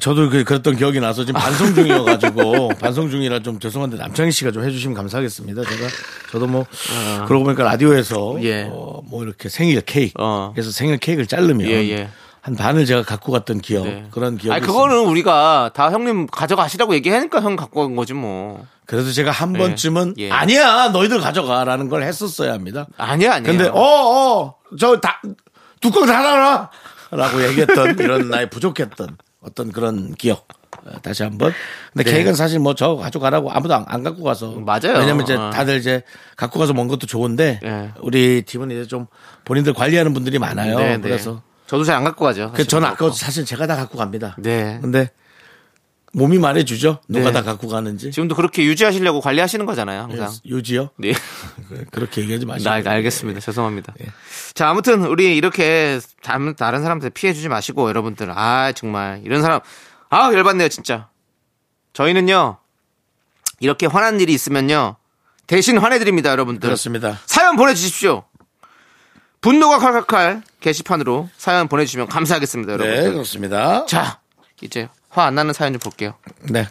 Speaker 1: 저도 그, 그랬던 기억이 나서 지금 반성 중이어가지고 반성 중이라 좀 죄송한데 남창희 씨가 좀 해주시면 감사하겠습니다. 제가 저도 뭐 그러고 보니까 라디오에서
Speaker 2: 아. 예.
Speaker 1: 어, 뭐 이렇게 생일 케이크
Speaker 2: 어.
Speaker 1: 그래서 생일 케이크를 자르면
Speaker 2: 예, 예.
Speaker 1: 한 반을 제가 갖고 갔던 기억
Speaker 2: 예.
Speaker 1: 어, 그런 기억이
Speaker 2: 아니
Speaker 1: 있습니다.
Speaker 2: 그거는 우리가 다 형님 가져가시라고 얘기하니까 형 갖고 간 거지 뭐.
Speaker 1: 그래도 제가 한
Speaker 2: 예.
Speaker 1: 번쯤은
Speaker 2: 예.
Speaker 1: 아니야 너희들 가져가라는 걸 했었어야 합니다.
Speaker 2: 아니야, 아니야.
Speaker 1: 근데 어? 어어저다 뚜껑 닫아라라고 얘기했던 이런 나의 부족했던 어떤 그런 기억 어, 다시 한번 근데
Speaker 2: 네.
Speaker 1: 케이크는 사실 뭐 저 가져가라고 아무도 안, 안 갖고 가서
Speaker 2: 맞아요.
Speaker 1: 왜냐면 이제
Speaker 2: 어.
Speaker 1: 다들 이제 갖고 가서 먹는 것도 좋은데
Speaker 2: 예.
Speaker 1: 우리 팀은 이제 좀 본인들 관리하는 분들이 많아요.
Speaker 2: 네, 네.
Speaker 1: 그래서
Speaker 2: 저도 잘 안 갖고 가죠.
Speaker 1: 그 저는 아까
Speaker 2: 그렇고.
Speaker 1: 사실 제가 다 갖고 갑니다.
Speaker 2: 네.
Speaker 1: 근데 몸이 말해주죠 누가
Speaker 2: 네.
Speaker 1: 다 갖고 가는지
Speaker 2: 지금도 그렇게 유지하시려고 관리하시는 거잖아요, 항상.
Speaker 1: 요지요
Speaker 2: 네.
Speaker 1: 그렇게 얘기하지 마시고
Speaker 2: 나 알겠습니다. 죄송합니다.
Speaker 1: 예.
Speaker 2: 자, 아무튼 우리 이렇게 다른 다른 사람한테 피해 주지 마시고 여러분들 아 정말 이런 사람 아 열받네요 진짜. 저희는요 이렇게 화난 일이 있으면요 대신 화내드립니다, 여러분들.
Speaker 1: 그렇습니다.
Speaker 2: 사연 보내주십시오. 분노가 칼칼칼 게시판으로 사연 보내주시면 감사하겠습니다,
Speaker 1: 네
Speaker 2: 여러분들.
Speaker 1: 그렇습니다.
Speaker 2: 자, 이제 화 안 나는 사연 좀 볼게요.
Speaker 1: 네.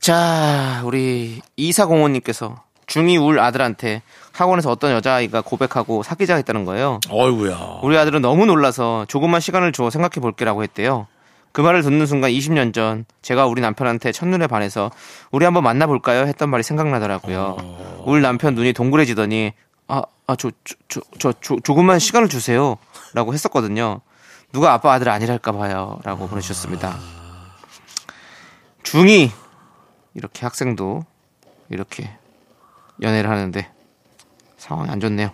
Speaker 2: 자, 우리 이사공원님께서 중2 울 아들한테 학원에서 어떤 여자아이가 고백하고 사귀자 했다는 거예요.
Speaker 1: 어이구야.
Speaker 2: 우리 아들은 너무 놀라서 조금만 시간을 줘 생각해 볼게라고 했대요. 그 말을 듣는 순간 20년 전 제가 우리 남편한테 첫눈에 반해서 우리 한번 만나볼까요? 했던 말이 생각나더라고요. 우리 남편 눈이 동그래지더니 아, 아, 저, 저, 저, 저, 저 조금만 시간을 주세요. 라고 했었거든요. 누가 아빠 아들 아니랄까 봐요. 라고 보내주셨습니다. 중이 이렇게 학생도 이렇게 연애를 하는데 상황이 안 좋네요.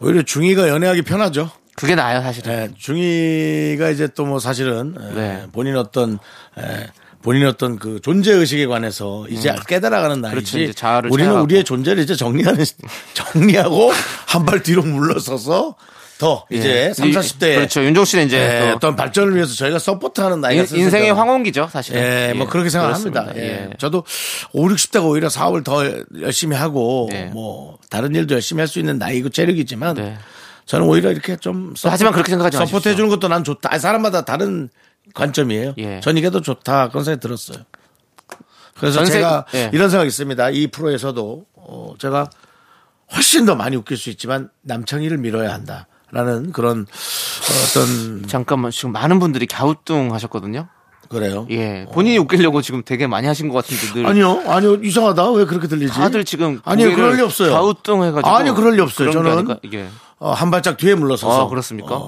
Speaker 1: 오히려 중이가 연애하기 편하죠.
Speaker 2: 그게 나아요, 사실은.
Speaker 1: 예, 중이가 이제 또 뭐 사실은 예,
Speaker 2: 네.
Speaker 1: 본인 어떤 예, 본인 어떤 그 존재 의식에 관해서 이제 깨달아가는
Speaker 2: 음. 그렇죠,
Speaker 1: 나이지.
Speaker 2: 이제 자아를
Speaker 1: 우리는
Speaker 2: 찾아가고.
Speaker 1: 우리의 존재를 이제 정리하는 시- 정리하고 한 발 뒤로 물러서서 더 이제
Speaker 2: 예.
Speaker 1: 3, 40대 예,
Speaker 2: 그렇죠. 윤종 씨는 이제 또
Speaker 1: 어떤 발전을 위해서 저희가 서포트하는 나이가
Speaker 2: 아, 인- 인생의
Speaker 1: 슬슬
Speaker 2: 황혼기죠, 사실은.
Speaker 1: 예, 뭐 그렇게 생각합니다.
Speaker 2: 그렇습니다.
Speaker 1: 예.
Speaker 2: 예.
Speaker 1: 저도 5, 60대가 오히려 사업을 더 열심히 하고
Speaker 2: 예.
Speaker 1: 뭐 다른 일도 열심히 할 수 있는 나이고 체력이지만
Speaker 2: 네.
Speaker 1: 저는 오히려 이렇게 좀 서포,
Speaker 2: 하지만 그렇게 생각하지 마십시오.
Speaker 1: 서포트 해주는 것도 난 좋다. 아니, 사람마다 다른 관점이에요.
Speaker 2: 예.
Speaker 1: 전 이게 더 좋다 그런 생각이 들었어요. 그래서
Speaker 2: 전세-
Speaker 1: 제가
Speaker 2: 예.
Speaker 1: 이런 생각이 있습니다. 이 프로에서도 어, 제가 훨씬 더 많이 웃길 수 있지만 남창희를 밀어야 한다. 라는 그런 어떤
Speaker 2: 잠깐만 지금 많은 분들이 갸우뚱 하셨거든요.
Speaker 1: 그래요.
Speaker 2: 예. 본인이 웃기려고 지금 되게 많이 하신 것 같은데 늘
Speaker 1: 아니요, 아니요, 이상하다. 왜 그렇게 들리지?
Speaker 2: 다들 지금
Speaker 1: 아니요,
Speaker 2: 고개를
Speaker 1: 그럴 리 없어요.
Speaker 2: 갸우뚱 해가지고
Speaker 1: 아니요, 그럴 리 없어요.
Speaker 2: 그런 게
Speaker 1: 저는
Speaker 2: 아닐까? 이게.
Speaker 1: 어, 한 발짝 뒤에 물러서서. 어,
Speaker 2: 아, 그렇습니까?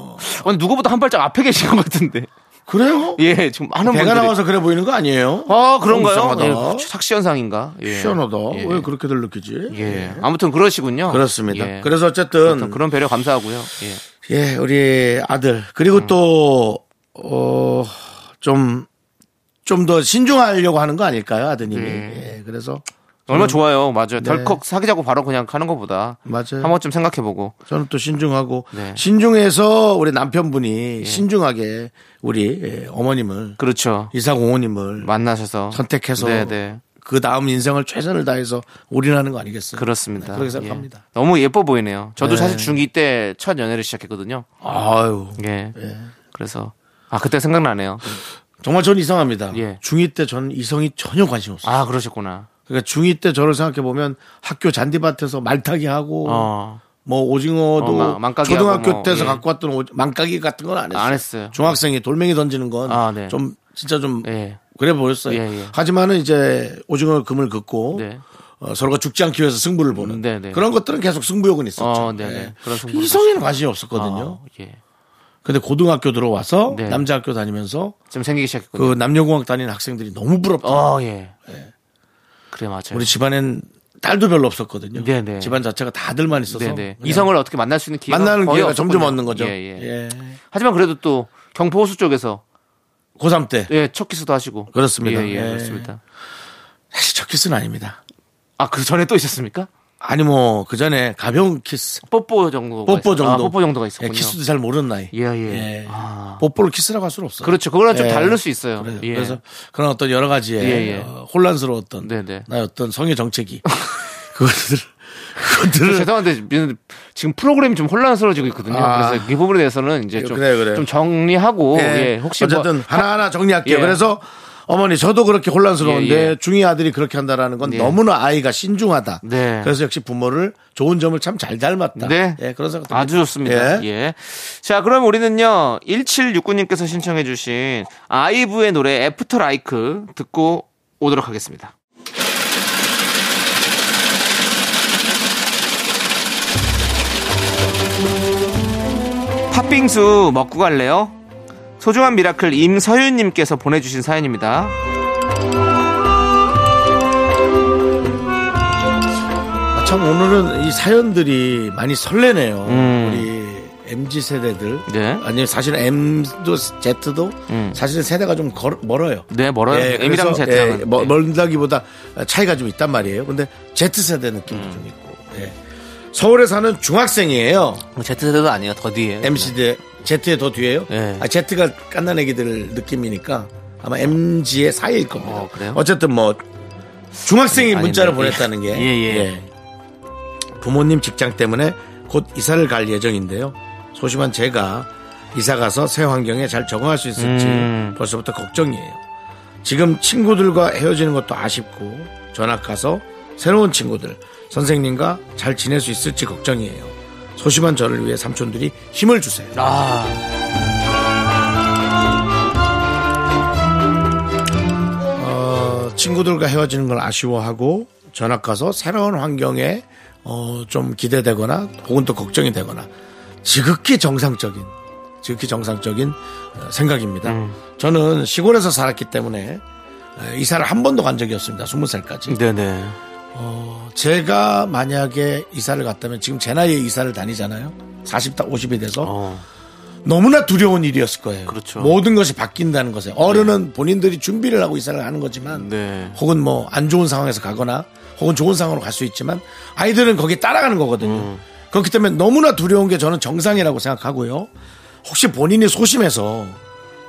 Speaker 2: 아니 누구보다 한 발짝 앞에 계신 것 같은데.
Speaker 1: 그래요?
Speaker 2: 예, 지금 많은
Speaker 1: 배가
Speaker 2: 분들이
Speaker 1: 나와서 그래 보이는 거 아니에요?
Speaker 2: 아,
Speaker 1: 어,
Speaker 2: 그런가요?
Speaker 1: 이상하다.
Speaker 2: 예, 삭시 현상인가? 예.
Speaker 1: 시원하다.
Speaker 2: 예.
Speaker 1: 왜 그렇게들 느끼지?
Speaker 2: 예. 아무튼 그러시군요.
Speaker 1: 그렇습니다.
Speaker 2: 예.
Speaker 1: 그래서 어쨌든
Speaker 2: 아무튼 그런 배려 감사하고요. 예.
Speaker 1: 예, 우리 아들 그리고
Speaker 2: 음.
Speaker 1: 또 어, 좀 좀 더 신중하려고 하는 거 아닐까요, 아드님이? 예, 그래서
Speaker 2: 얼마 좋아요. 맞아요. 덜컥 사귀자고 바로 그냥 하는 것보다
Speaker 1: 네. 맞아요.
Speaker 2: 한 번쯤 생각해보고
Speaker 1: 저는 또 신중하고
Speaker 2: 네. 예.
Speaker 1: 신중해서 우리 남편분이 신중하게 우리 예, 어머님을
Speaker 2: 그렇죠.
Speaker 1: 이사공호님을
Speaker 2: 만나셔서
Speaker 1: 예. 선택해서
Speaker 2: 네네
Speaker 1: 그 다음 인생을 최선을 다해서 올인하는 거 아니겠어요?
Speaker 2: 그렇습니다.
Speaker 1: 그렇게
Speaker 2: 예.
Speaker 1: 생각합니다.
Speaker 2: 너무 예뻐 보이네요. 저도 사실 중2 때 첫 연애를 시작했거든요.
Speaker 1: 아유
Speaker 2: 예. 그래서 아 그때 생각나네요.
Speaker 1: 정말 저는 이상합니다.
Speaker 2: 예.
Speaker 1: 중2 때 저는 이성이 전혀 관심 없어요.
Speaker 2: 아 그러셨구나.
Speaker 1: 그러니까 중2 때 저를 생각해 보면 학교 잔디밭에서 말타기 하고
Speaker 2: 어.
Speaker 1: 뭐 오징어도
Speaker 2: 어, 마- 망까기
Speaker 1: 초등학교
Speaker 2: 하고 뭐,
Speaker 1: 때서
Speaker 2: 예.
Speaker 1: 갖고 왔던 오, 망까기 같은 건 안 했어요.
Speaker 2: 안 했어요.
Speaker 1: 중학생이 돌멩이 던지는 건 좀
Speaker 2: 아, 네.
Speaker 1: 진짜 좀
Speaker 2: 예.
Speaker 1: 그래 보였어요.
Speaker 2: 예, 예.
Speaker 1: 하지만은 이제 오징어 금을 긋고
Speaker 2: 네.
Speaker 1: 어, 서로가 죽지 않기 위해서 승부를 보는
Speaker 2: 네, 네.
Speaker 1: 그런 것들은 계속 승부욕은 있었죠. 예.
Speaker 2: 어, 네, 네. 그런 승부욕은
Speaker 1: 이성에는 관심이 없었거든요.
Speaker 2: 아, 예.
Speaker 1: 근데 고등학교 들어와서
Speaker 2: 네.
Speaker 1: 남자 학교 다니면서
Speaker 2: 좀 생기기 시작했군요.
Speaker 1: 그 남녀공학 다니는 학생들이 너무 부럽다.
Speaker 2: 어, 예. 그래 맞아요.
Speaker 1: 그 우리 집안엔 딸도 별로 없었거든요.
Speaker 2: 네, 네.
Speaker 1: 집안 자체가 다들만 있어서
Speaker 2: 네,
Speaker 1: 그냥
Speaker 2: 네. 이성을 어떻게 만날 수 있는 기회가
Speaker 1: 예. 만나는
Speaker 2: 거의
Speaker 1: 기회가
Speaker 2: 없었군요.
Speaker 1: 점점 얻는 거죠.
Speaker 2: 예, 예.
Speaker 1: 예.
Speaker 2: 하지만 그래도 또 경포 호수 쪽에서
Speaker 1: 고3 때
Speaker 2: 예, 첫 키스도 하시고
Speaker 1: 그렇습니다.
Speaker 2: 예, 예,
Speaker 1: 예.
Speaker 2: 그렇습니다.
Speaker 1: 사실 첫 키스는 아닙니다.
Speaker 2: 아, 그 전에 또 있었습니까?
Speaker 1: 아니 뭐 그 전에 가벼운 키스,
Speaker 2: 뽀뽀 정도
Speaker 1: 뽀뽀 정도,
Speaker 2: 아, 뽀뽀 정도가 있었군요.
Speaker 1: 예, 키스도 잘 모르는 나이.
Speaker 2: 예, 예. 아.
Speaker 1: 뽀뽀를 키스라고 할 수는 없어요.
Speaker 2: 그렇죠. 그거랑 좀
Speaker 1: 예.
Speaker 2: 다를 수 있어요.
Speaker 1: 그래요.
Speaker 2: 예.
Speaker 1: 그래서 그런 어떤 여러 가지의
Speaker 2: 예, 예.
Speaker 1: 어, 혼란스러웠던
Speaker 2: 네, 네.
Speaker 1: 나의 어떤 성의 정체기 그것들 그것들을
Speaker 2: 죄송한데 미안한데 지금 프로그램이 좀 혼란스러워지고 있거든요.
Speaker 1: 음. 아. 예,
Speaker 2: 그래서 이 부분에 대해서는 이제 좀,
Speaker 1: 그래요, 그래요.
Speaker 2: 좀 정리하고
Speaker 1: 예.
Speaker 2: 예, 혹시 뭐-
Speaker 1: 어쨌든 하나하나 정리할게요.
Speaker 2: 예.
Speaker 1: 그래서 어머니 저도 그렇게 혼란스러운데
Speaker 2: 예, 예.
Speaker 1: 중이 아들이 그렇게 한다라는 건
Speaker 2: 예.
Speaker 1: 너무나 아이가 신중하다.
Speaker 2: 네.
Speaker 1: 그래서 역시 부모를 좋은 점을 참 잘 닮았다.
Speaker 2: 네.
Speaker 1: 예, 그런 생각
Speaker 2: 아주 좋습니다. 예. 자, 그럼 우리는요, 1769님께서 신청해주신 아이브의 노래 애프터 라이크 듣고 오도록 하겠습니다. 팥빙수 먹고 갈래요? 소중한 미라클 임서윤님께서 보내주신 사연입니다.
Speaker 1: 아, 참 오늘은 이 사연들이 많이 설레네요. 우리 MZ 세대들.
Speaker 2: 음. 네. 음.
Speaker 1: 아니 사실은 M도 Z도 사실은 세대가 좀 걸- 멀어요.
Speaker 2: 네, 멀어요. M이랑
Speaker 1: 그래서,
Speaker 2: Z랑은.
Speaker 1: 예, 멀-
Speaker 2: 네.
Speaker 1: 멀다기보다 차이가 좀 있단 말이에요. 근데 Z 세대
Speaker 2: 음.
Speaker 1: 느낌도 좀 있고. 예. 서울에 사는 중학생이에요.
Speaker 2: 뭐 Z세대도 아니에요, 더 뒤에.
Speaker 1: MC 대 Z의 더 뒤에요?
Speaker 2: 예.
Speaker 1: 아, Z가 깐난 애기들 느낌이니까 아마 MG의 사이일 겁니다.
Speaker 2: 어, 그래요?
Speaker 1: 쨌든뭐 중학생이
Speaker 2: 아니,
Speaker 1: 문자를
Speaker 2: 아닌데.
Speaker 1: 보냈다는 게
Speaker 2: 예, 예.
Speaker 1: 부모님 직장 때문에 곧 이사를 갈 예정인데요. 소심한 제가 이사 가서 새 환경에 잘 적응할 수 있을지
Speaker 2: 음.
Speaker 1: 벌써부터 걱정이에요. 지금 친구들과 헤어지는 것도 아쉽고 전학 가서 새로운 친구들 선생님과 잘 지낼 수 있을지 걱정이에요. 소심한 저를 위해 삼촌들이 힘을 주세요. 어, 친구들과 헤어지는 걸 아쉬워하고 전학 가서 새로운 환경에 어, 좀 기대되거나 혹은 또 걱정이 되거나 지극히 정상적인 지극히 정상적인 어, 생각입니다.
Speaker 2: 음.
Speaker 1: 저는 시골에서 살았기 때문에 어, 이사를 한 번도 간 적이 없습니다. 20살까지. 어,
Speaker 2: 네네.
Speaker 1: 제가 만약에 이사를 갔다면 지금 제 나이에 이사를 다니잖아요. 40, 50이 돼서
Speaker 2: 어.
Speaker 1: 너무나 두려운 일이었을 거예요.
Speaker 2: 그렇죠.
Speaker 1: 모든 것이 바뀐다는 것에 어른은 본인들이 준비를 하고 이사를 하는 거지만
Speaker 2: 네.
Speaker 1: 혹은 뭐 안 좋은 상황에서 가거나 혹은 좋은 상황으로 갈 수 있지만 아이들은 거기에 따라가는 거거든요.
Speaker 2: 음.
Speaker 1: 그렇기 때문에 너무나 두려운 게 저는 정상이라고 생각하고요. 혹시 본인이 소심해서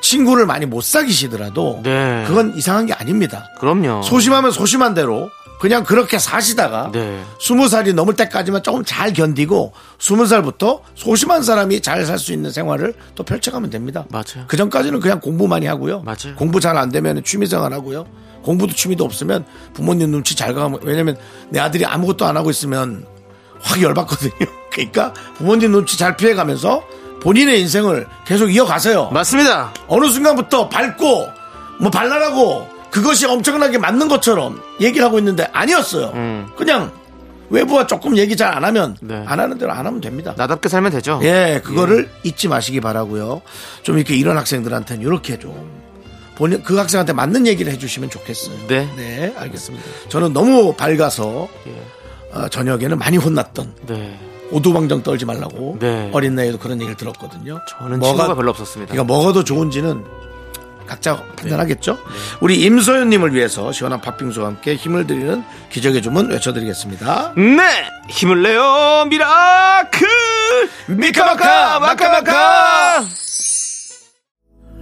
Speaker 1: 친구를 많이 못 사귀시더라도
Speaker 2: 네.
Speaker 1: 그건 이상한 게 아닙니다.
Speaker 2: 그럼요.
Speaker 1: 소심하면 소심한 대로 그냥 그렇게 사시다가
Speaker 2: 네.
Speaker 1: 스무 살이 넘을 때까지만 조금 잘 견디고 스무 살부터 소심한 사람이 잘 살 수 있는 생활을 또 펼쳐가면 됩니다.
Speaker 2: 맞아요.
Speaker 1: 그 전까지는 그냥 공부 많이 하고요.
Speaker 2: 맞아요.
Speaker 1: 공부 잘 안 되면 취미생활 하고요. 공부도 취미도 없으면 부모님 눈치 잘 가면 왜냐면 내 아들이 아무것도 안 하고 있으면 확 열받거든요. 그러니까 부모님 눈치 잘 피해가면서 본인의 인생을 계속 이어가세요.
Speaker 2: 맞습니다.
Speaker 1: 어느 순간부터 밝고 뭐 발랄하고 그것이 엄청나게 맞는 것처럼 얘기를 하고 있는데 아니었어요. 그냥 외부와 조금 얘기 잘 안 하면
Speaker 2: 음. 네.
Speaker 1: 안 하는 대로 안 하면 됩니다.
Speaker 2: 나답게 살면 되죠.
Speaker 1: 예, 그거를 잊지 마시기 바라고요. 좀 이렇게 이런 학생들한테는 이렇게 좀 본인 그 학생한테 맞는 얘기를 해주시면 좋겠어요.
Speaker 2: 네.
Speaker 1: 알겠습니다. 저는 너무 밝아서 어, 저녁에는 많이 혼났던
Speaker 2: 예. 네.
Speaker 1: 오두방정 떨지 말라고
Speaker 2: 네.
Speaker 1: 어린 나이에도 그런 얘기를 들었거든요.
Speaker 2: 저는 친구가 별로 없었습니다.
Speaker 1: 그러니까 먹어도 좋은지는 각자 판단하겠죠. 우리 임소연님을 위해서 시원한 팥빙수와 함께 힘을 드리는 기적의 주문 외쳐드리겠습니다.
Speaker 2: 네! 힘을 내요, 미라클!
Speaker 1: 미카마카 마카마카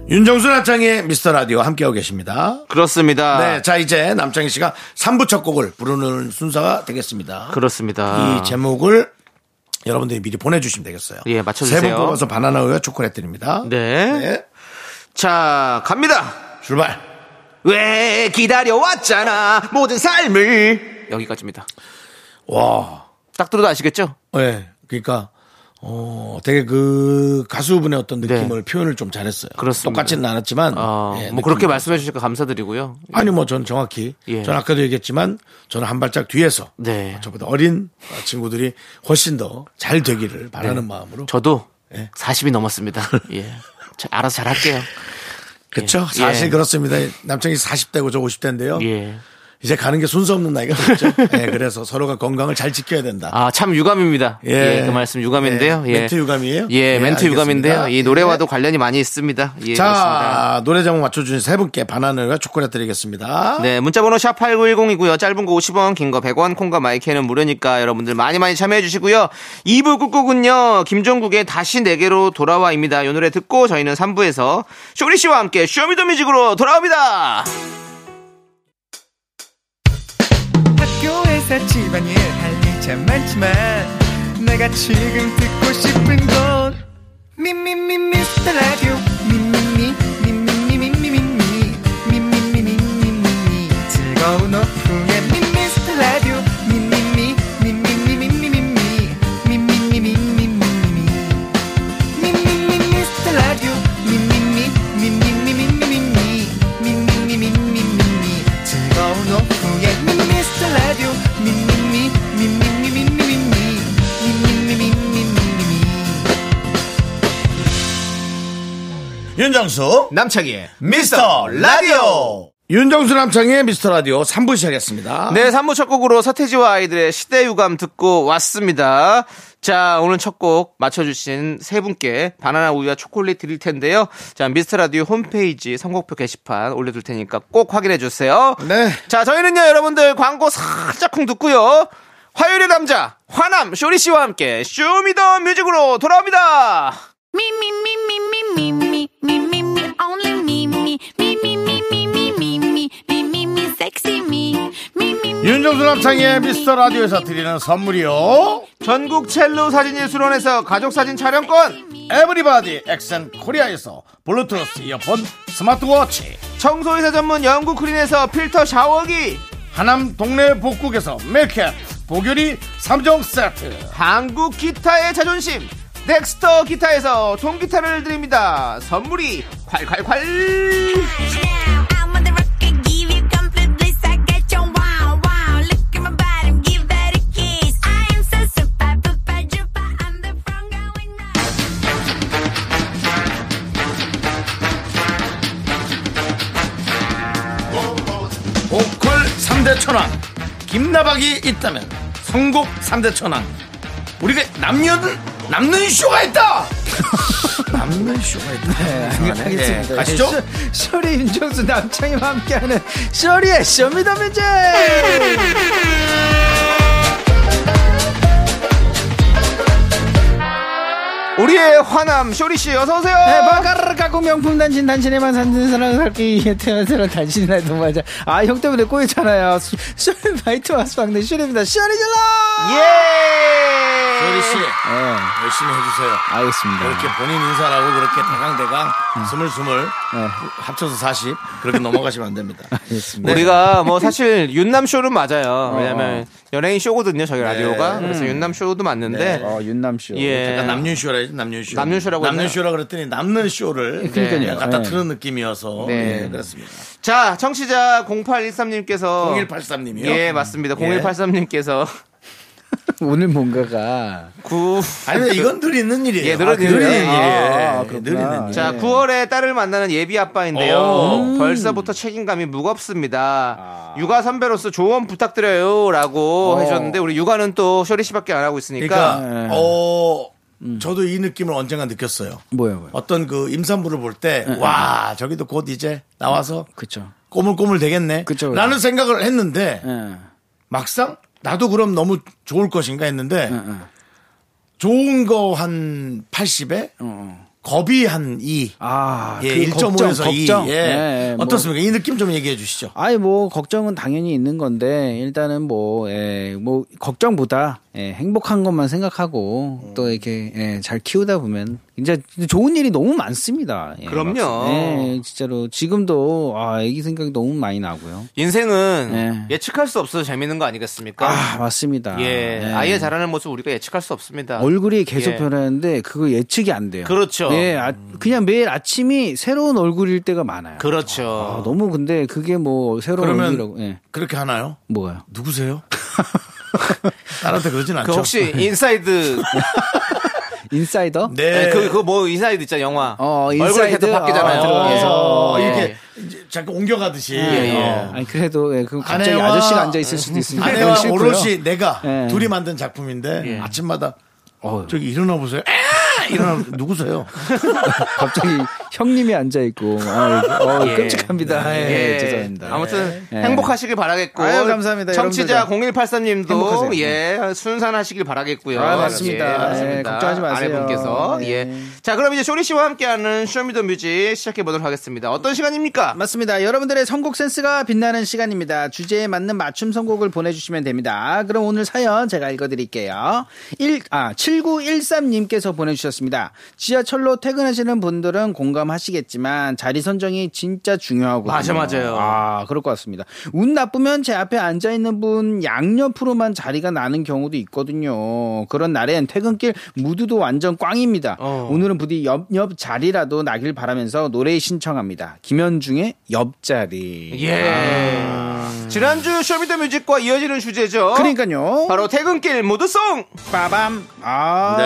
Speaker 1: 윤정수 남창의 미스터 라디오 함께하고 계십니다.
Speaker 2: 그렇습니다.
Speaker 1: 네, 자 이제 남창희 씨가 3부 첫 곡을 부르는 순서가 되겠습니다.
Speaker 2: 그렇습니다.
Speaker 1: 이 제목을 여러분들이 미리 보내주시면 되겠어요.
Speaker 2: 예, 맞춰주세요.
Speaker 1: 세분 뽑아서 바나나 우유와 초콜릿 드립니다.
Speaker 2: 네. 자, 갑니다!
Speaker 1: 출발.
Speaker 2: 왜 기다려왔잖아, 모든 삶을! 여기까지입니다.
Speaker 1: 와.
Speaker 2: 딱 들어도 아시겠죠?
Speaker 1: 예. 그러니까 어, 되게 그 가수분의 어떤 느낌을 표현을 좀 잘했어요.
Speaker 2: 네. 그렇습니다.
Speaker 1: 똑같지는 않았지만.
Speaker 2: 어,
Speaker 1: 예,
Speaker 2: 뭐 그렇게
Speaker 1: 느낌이-
Speaker 2: 말씀해 주실까 감사드리고요.
Speaker 1: 아니 뭐 저는 정확히
Speaker 2: 예.
Speaker 1: 저는 아까도 얘기했지만 저는 한 발짝 뒤에서
Speaker 2: 네.
Speaker 1: 저보다 어린 친구들이 훨씬 더 잘 되기를 바라는 마음으로
Speaker 2: 네. 저도
Speaker 1: 예.
Speaker 2: 40이 넘었습니다. 예. 자, 알아서 잘 할게요.
Speaker 1: 그렇죠
Speaker 2: 예.
Speaker 1: 사실
Speaker 2: 예.
Speaker 1: 그렇습니다 남창이 40대고 저 50대인데요
Speaker 2: 예.
Speaker 1: 이제 가는 게 순서 없는 나이가 됐죠 예, 그래서 서로가 건강을 잘 지켜야 된다
Speaker 2: 아, 참 유감입니다.
Speaker 1: 예.
Speaker 2: 예. 그 말씀 유감인데요.
Speaker 1: 예.
Speaker 2: 예.
Speaker 1: 멘트 유감이에요?
Speaker 2: 예,
Speaker 1: 예,
Speaker 2: 멘트
Speaker 1: 알겠습니다.
Speaker 2: 유감인데요. 이 노래와도
Speaker 1: 예.
Speaker 2: 관련이 많이 있습니다. 예,
Speaker 1: 자
Speaker 2: 그렇습니다.
Speaker 1: 노래 제목 맞춰주신 세 분께 바나나와 초콜릿 드리겠습니다
Speaker 2: 네, 문자번호 샵 8910이고요. 짧은 거 50원, 긴 거 100원, 콩과 마이크는 무료니까 여러분들 많이 많이 참여해 주시고요. 2부 끝곡은요, 김종국의 다시 내게로 돌아와입니다. 이 노래 듣고 저희는 3부에서 쇼리 씨와 함께 쇼미더뮤직으로 돌아옵니다.
Speaker 4: 학교에서 집안일 할 일 참 많지만 내가 지금 듣고 싶은 건 미미미 미스터 라디오 미미미 미미미 미미미 미미미 미미미 즐거운 오후에 미스터 라디오 미미미 미미미 미미미 미미미 미미미 미미미
Speaker 1: 윤정수
Speaker 2: 남창희의
Speaker 1: 미스터 라디오 윤정수 남창의 미스터 라디오 3부 시작했습니다
Speaker 2: 네, 3부 첫 곡으로 서태지와 아이들의 시대 유감 듣고 왔습니다. 자, 오늘 첫 곡 맞춰주신 세 분께 바나나 우유와 초콜릿 드릴 텐데요. 자, 미스터 라디오 홈페이지 선곡표 게시판 올려둘 테니까 꼭 확인해 주세요.
Speaker 1: 네.
Speaker 2: 자, 저희는요, 여러분들 광고 살짝 쿵 듣고요. 화요일의 남자, 화남, 쇼리 씨와 함께 쇼미더 뮤직으로 돌아옵니다.
Speaker 3: Me, me, me, me, me, me, me, me, me, me, only me, me, me, me, me, me, me, me, me, me, me, me, sexy me, me, me, me.
Speaker 1: 윤정수 남창의 미스터 라디오에서 드리는 선물이요
Speaker 2: 전국 첼로 사진 예술원에서 가족 사진 촬영권,
Speaker 1: 에브리바디 엑센 코리아에서 블루투스 이어폰 스마트워치
Speaker 2: 청소이사 전문 영국 크린에서 필터 샤워기,
Speaker 1: 하남 동네 복국에서 밀켓 보교리 3종 세트
Speaker 2: 한국 기타의 자존심 넥스터 기타에서 통기타를 드립니다 선물이 콸콸콸
Speaker 3: Now, I'm on the rocket, give you complete bliss. I got your wow, wow. Look at my bottom, give that a kiss. I am so super, super, duper. I'm the front going round.
Speaker 1: 보컬 3대 천왕 김나박이 있다면 선곡 3대 천왕 우리가 남녀는 남는 쇼가 있다 남는 쇼가 있다
Speaker 4: 알겠습니다.
Speaker 1: 네, 가시죠.
Speaker 4: 쇼- 쇼리 윤정수 남창희와 함께하는 쇼리의 쇼미더뮤직.
Speaker 2: 우리의 화남 쇼리씨 어서오세요
Speaker 4: 네, 바가르 가구 명품 단신 단신에만 산는 사랑을 살기 위해 태어난 단신이라 동화자. 아, 형 때문에 꼬였잖아요. 쇼- 쇼리 바이트 와스 방네 쇼리입니다. 쇼리 질러!
Speaker 2: 예
Speaker 1: 조리씨 열심히 해주세요
Speaker 4: 알겠습니다.
Speaker 1: 그렇게 본인 인사라고 그렇게 대강대강 스물스물 합쳐서 40 그렇게 넘어가시면 안 됩니다
Speaker 4: 알겠습니다.
Speaker 2: 네. 우리가 뭐 사실 윤남 쇼는 맞아요 왜냐면 연예인 쇼거든요 저희 라디오가 그래서 윤남 쇼도 맞는데
Speaker 4: 어, 윤남쇼.
Speaker 2: 예
Speaker 1: 약간 네, 남윤쇼라 남윤쇼
Speaker 2: 남윤쇼라고
Speaker 1: 남윤쇼라 그랬더니 남는 쇼를
Speaker 4: 그러니까요.
Speaker 1: 예, 갖다
Speaker 4: 예.
Speaker 1: 트는 느낌이어서
Speaker 2: 네.
Speaker 1: 예, 그렇습니다.
Speaker 2: 자 청취자 0813님께서
Speaker 1: 0183님이요.
Speaker 2: 어. 예 맞습니다 0183님께서
Speaker 4: 오늘 뭔가가.
Speaker 2: 구
Speaker 1: 아니 근데 이건 늘 있는 일이에요.
Speaker 2: 예, 늘 있는
Speaker 1: 늘
Speaker 2: 일이에요?
Speaker 1: 일이에요.
Speaker 4: 아,
Speaker 1: 예,
Speaker 4: 그렇구나.
Speaker 1: 늘 있는 일.
Speaker 2: 자, 9월에 딸을 만나는 예비 아빠인데요. 벌써부터 책임감이 무겁습니다. 육아 선배로서 조언 부탁드려요라고
Speaker 4: 어.
Speaker 2: 해줬는데 우리 육아는 또 쇼리 씨밖에 안 하고 있으니까
Speaker 1: 그러니까 어 저도 이 느낌을 언젠가 느꼈어요.
Speaker 4: 뭐야, 뭐야.
Speaker 1: 어떤 그 임산부를 볼 때 와 저기도 곧 이제 나와서
Speaker 4: 그쵸.
Speaker 1: 꼬물꼬물 되겠네.
Speaker 4: 그쵸, 그쵸.
Speaker 1: 라는 생각을 했는데
Speaker 4: 예.
Speaker 1: 막상 나도 그럼 너무
Speaker 4: 예,
Speaker 1: 좋을 것인가 했는데
Speaker 4: 응.
Speaker 1: 좋은 거 한 80에
Speaker 4: 어.
Speaker 1: 겁이 한 2.
Speaker 4: 아,
Speaker 1: 예,
Speaker 4: 그
Speaker 1: 1.5에서 2. 예.
Speaker 4: 예, 뭐.
Speaker 1: 어떻습니까? 이 느낌 좀 얘기해 주시죠.
Speaker 4: 아니 뭐 걱정은 당연히 있는 건데 일단은 뭐예뭐 걱정보다 예, 행복한 것만 생각하고 또 이렇게 예, 잘 키우다 보면 이제 좋은 일이 너무 많습니다. 예,
Speaker 2: 그럼요.
Speaker 4: 예, 진짜로 지금도 아 아기 생각이 너무 많이 나고요.
Speaker 2: 인생은
Speaker 4: 예.
Speaker 2: 예측할 수 없어서 재밌는 거 아니겠습니까?
Speaker 4: 아 맞습니다. 네.
Speaker 2: 예, 아이의 자라는 모습 우리가 예측할 수
Speaker 1: 아,
Speaker 2: 없습니다.
Speaker 4: 얼굴이 계속
Speaker 2: 예.
Speaker 4: 변하는데 그거 예측이 안 돼요.
Speaker 2: 그렇죠.
Speaker 4: 예, 아,
Speaker 1: 음.
Speaker 4: 그냥 매일 아침이 새로운 얼굴일 때가 많아요.
Speaker 2: 그렇죠.
Speaker 4: 아, 너무 근데 그게 뭐 새로운
Speaker 1: 그러면-
Speaker 4: 얼굴이라고 예,
Speaker 1: 그렇게 하나요?
Speaker 4: 뭐가요?
Speaker 1: 누구세요? 나한테 그러진 않죠.
Speaker 2: 그 혹시
Speaker 4: 네.
Speaker 2: 인사이드
Speaker 4: 인사이더?
Speaker 1: 네.
Speaker 2: 그 그 뭐 인사이드 있잖아 영화.
Speaker 4: 어,
Speaker 2: 얼굴이 계속
Speaker 4: 인사이드?
Speaker 2: 바뀌잖아요.
Speaker 4: 어,
Speaker 1: 어,
Speaker 2: 예.
Speaker 1: 이렇게 이제 자꾸 옮겨가듯이. 어.
Speaker 4: 예, 아니 그래도 예, 그 갑자기
Speaker 1: 아내와-
Speaker 4: 아저씨가 앉아 있을 수도 있으니까
Speaker 1: 아내와
Speaker 4: 그건 싫고요.
Speaker 1: 오롯이 내가
Speaker 4: 예.
Speaker 1: 둘이 만든 작품인데 아침마다
Speaker 4: 어,
Speaker 1: 저기 일어나 보세요. 에! 일어나 누구세요?
Speaker 4: 갑자기 형님이 앉아 있고 아, 어, 끔찍합니다. 예,
Speaker 2: 예.
Speaker 4: 죄송합니다.
Speaker 2: 아무튼
Speaker 4: 예.
Speaker 2: 행복하시길 바라겠고.
Speaker 4: 아유, 감사합니다.
Speaker 2: 청취자
Speaker 4: 여러분들
Speaker 2: 0183님도
Speaker 4: 행복하세요.
Speaker 2: 예 순산하시길 바라겠고요.
Speaker 4: 아, 맞습니다.
Speaker 2: 예,
Speaker 4: 예, 걱정하지 마세요.
Speaker 2: 아내분께서
Speaker 4: 예.
Speaker 2: 예. 자 그럼 이제 쇼리 씨와 함께하는 쇼미더뮤직 시작해 보도록 하겠습니다. 어떤 시간입니까?
Speaker 4: 맞습니다. 여러분들의 선곡 센스가 빛나는 시간입니다. 주제에 맞는 맞춤 선곡을 보내주시면 됩니다. 그럼 오늘 사연 제가 읽어드릴게요. 1, 아, 7913님께서 보내주셨습니다. 지하철로 퇴근하시는 분들은 공감하시겠지만 자리 선정이 진짜 중요하고.
Speaker 2: 맞아, 맞아요.
Speaker 4: 아, 그럴 것 같습니다. 운 나쁘면 제 앞에 앉아있는 분 양옆으로만 자리가 나는 경우도 있거든요. 그런 날엔 퇴근길 무드도 완전 꽝입니다.
Speaker 2: 어.
Speaker 4: 오늘은 부디 옆옆 자리라도 나길 바라면서 노래 신청합니다. 김현중의 옆자리.
Speaker 2: 예. 지난주 쇼미더뮤직과 이어지는 주제죠.
Speaker 4: 아. 그러니까요.
Speaker 2: 바로 퇴근길 모드송.
Speaker 4: 빠밤. 아.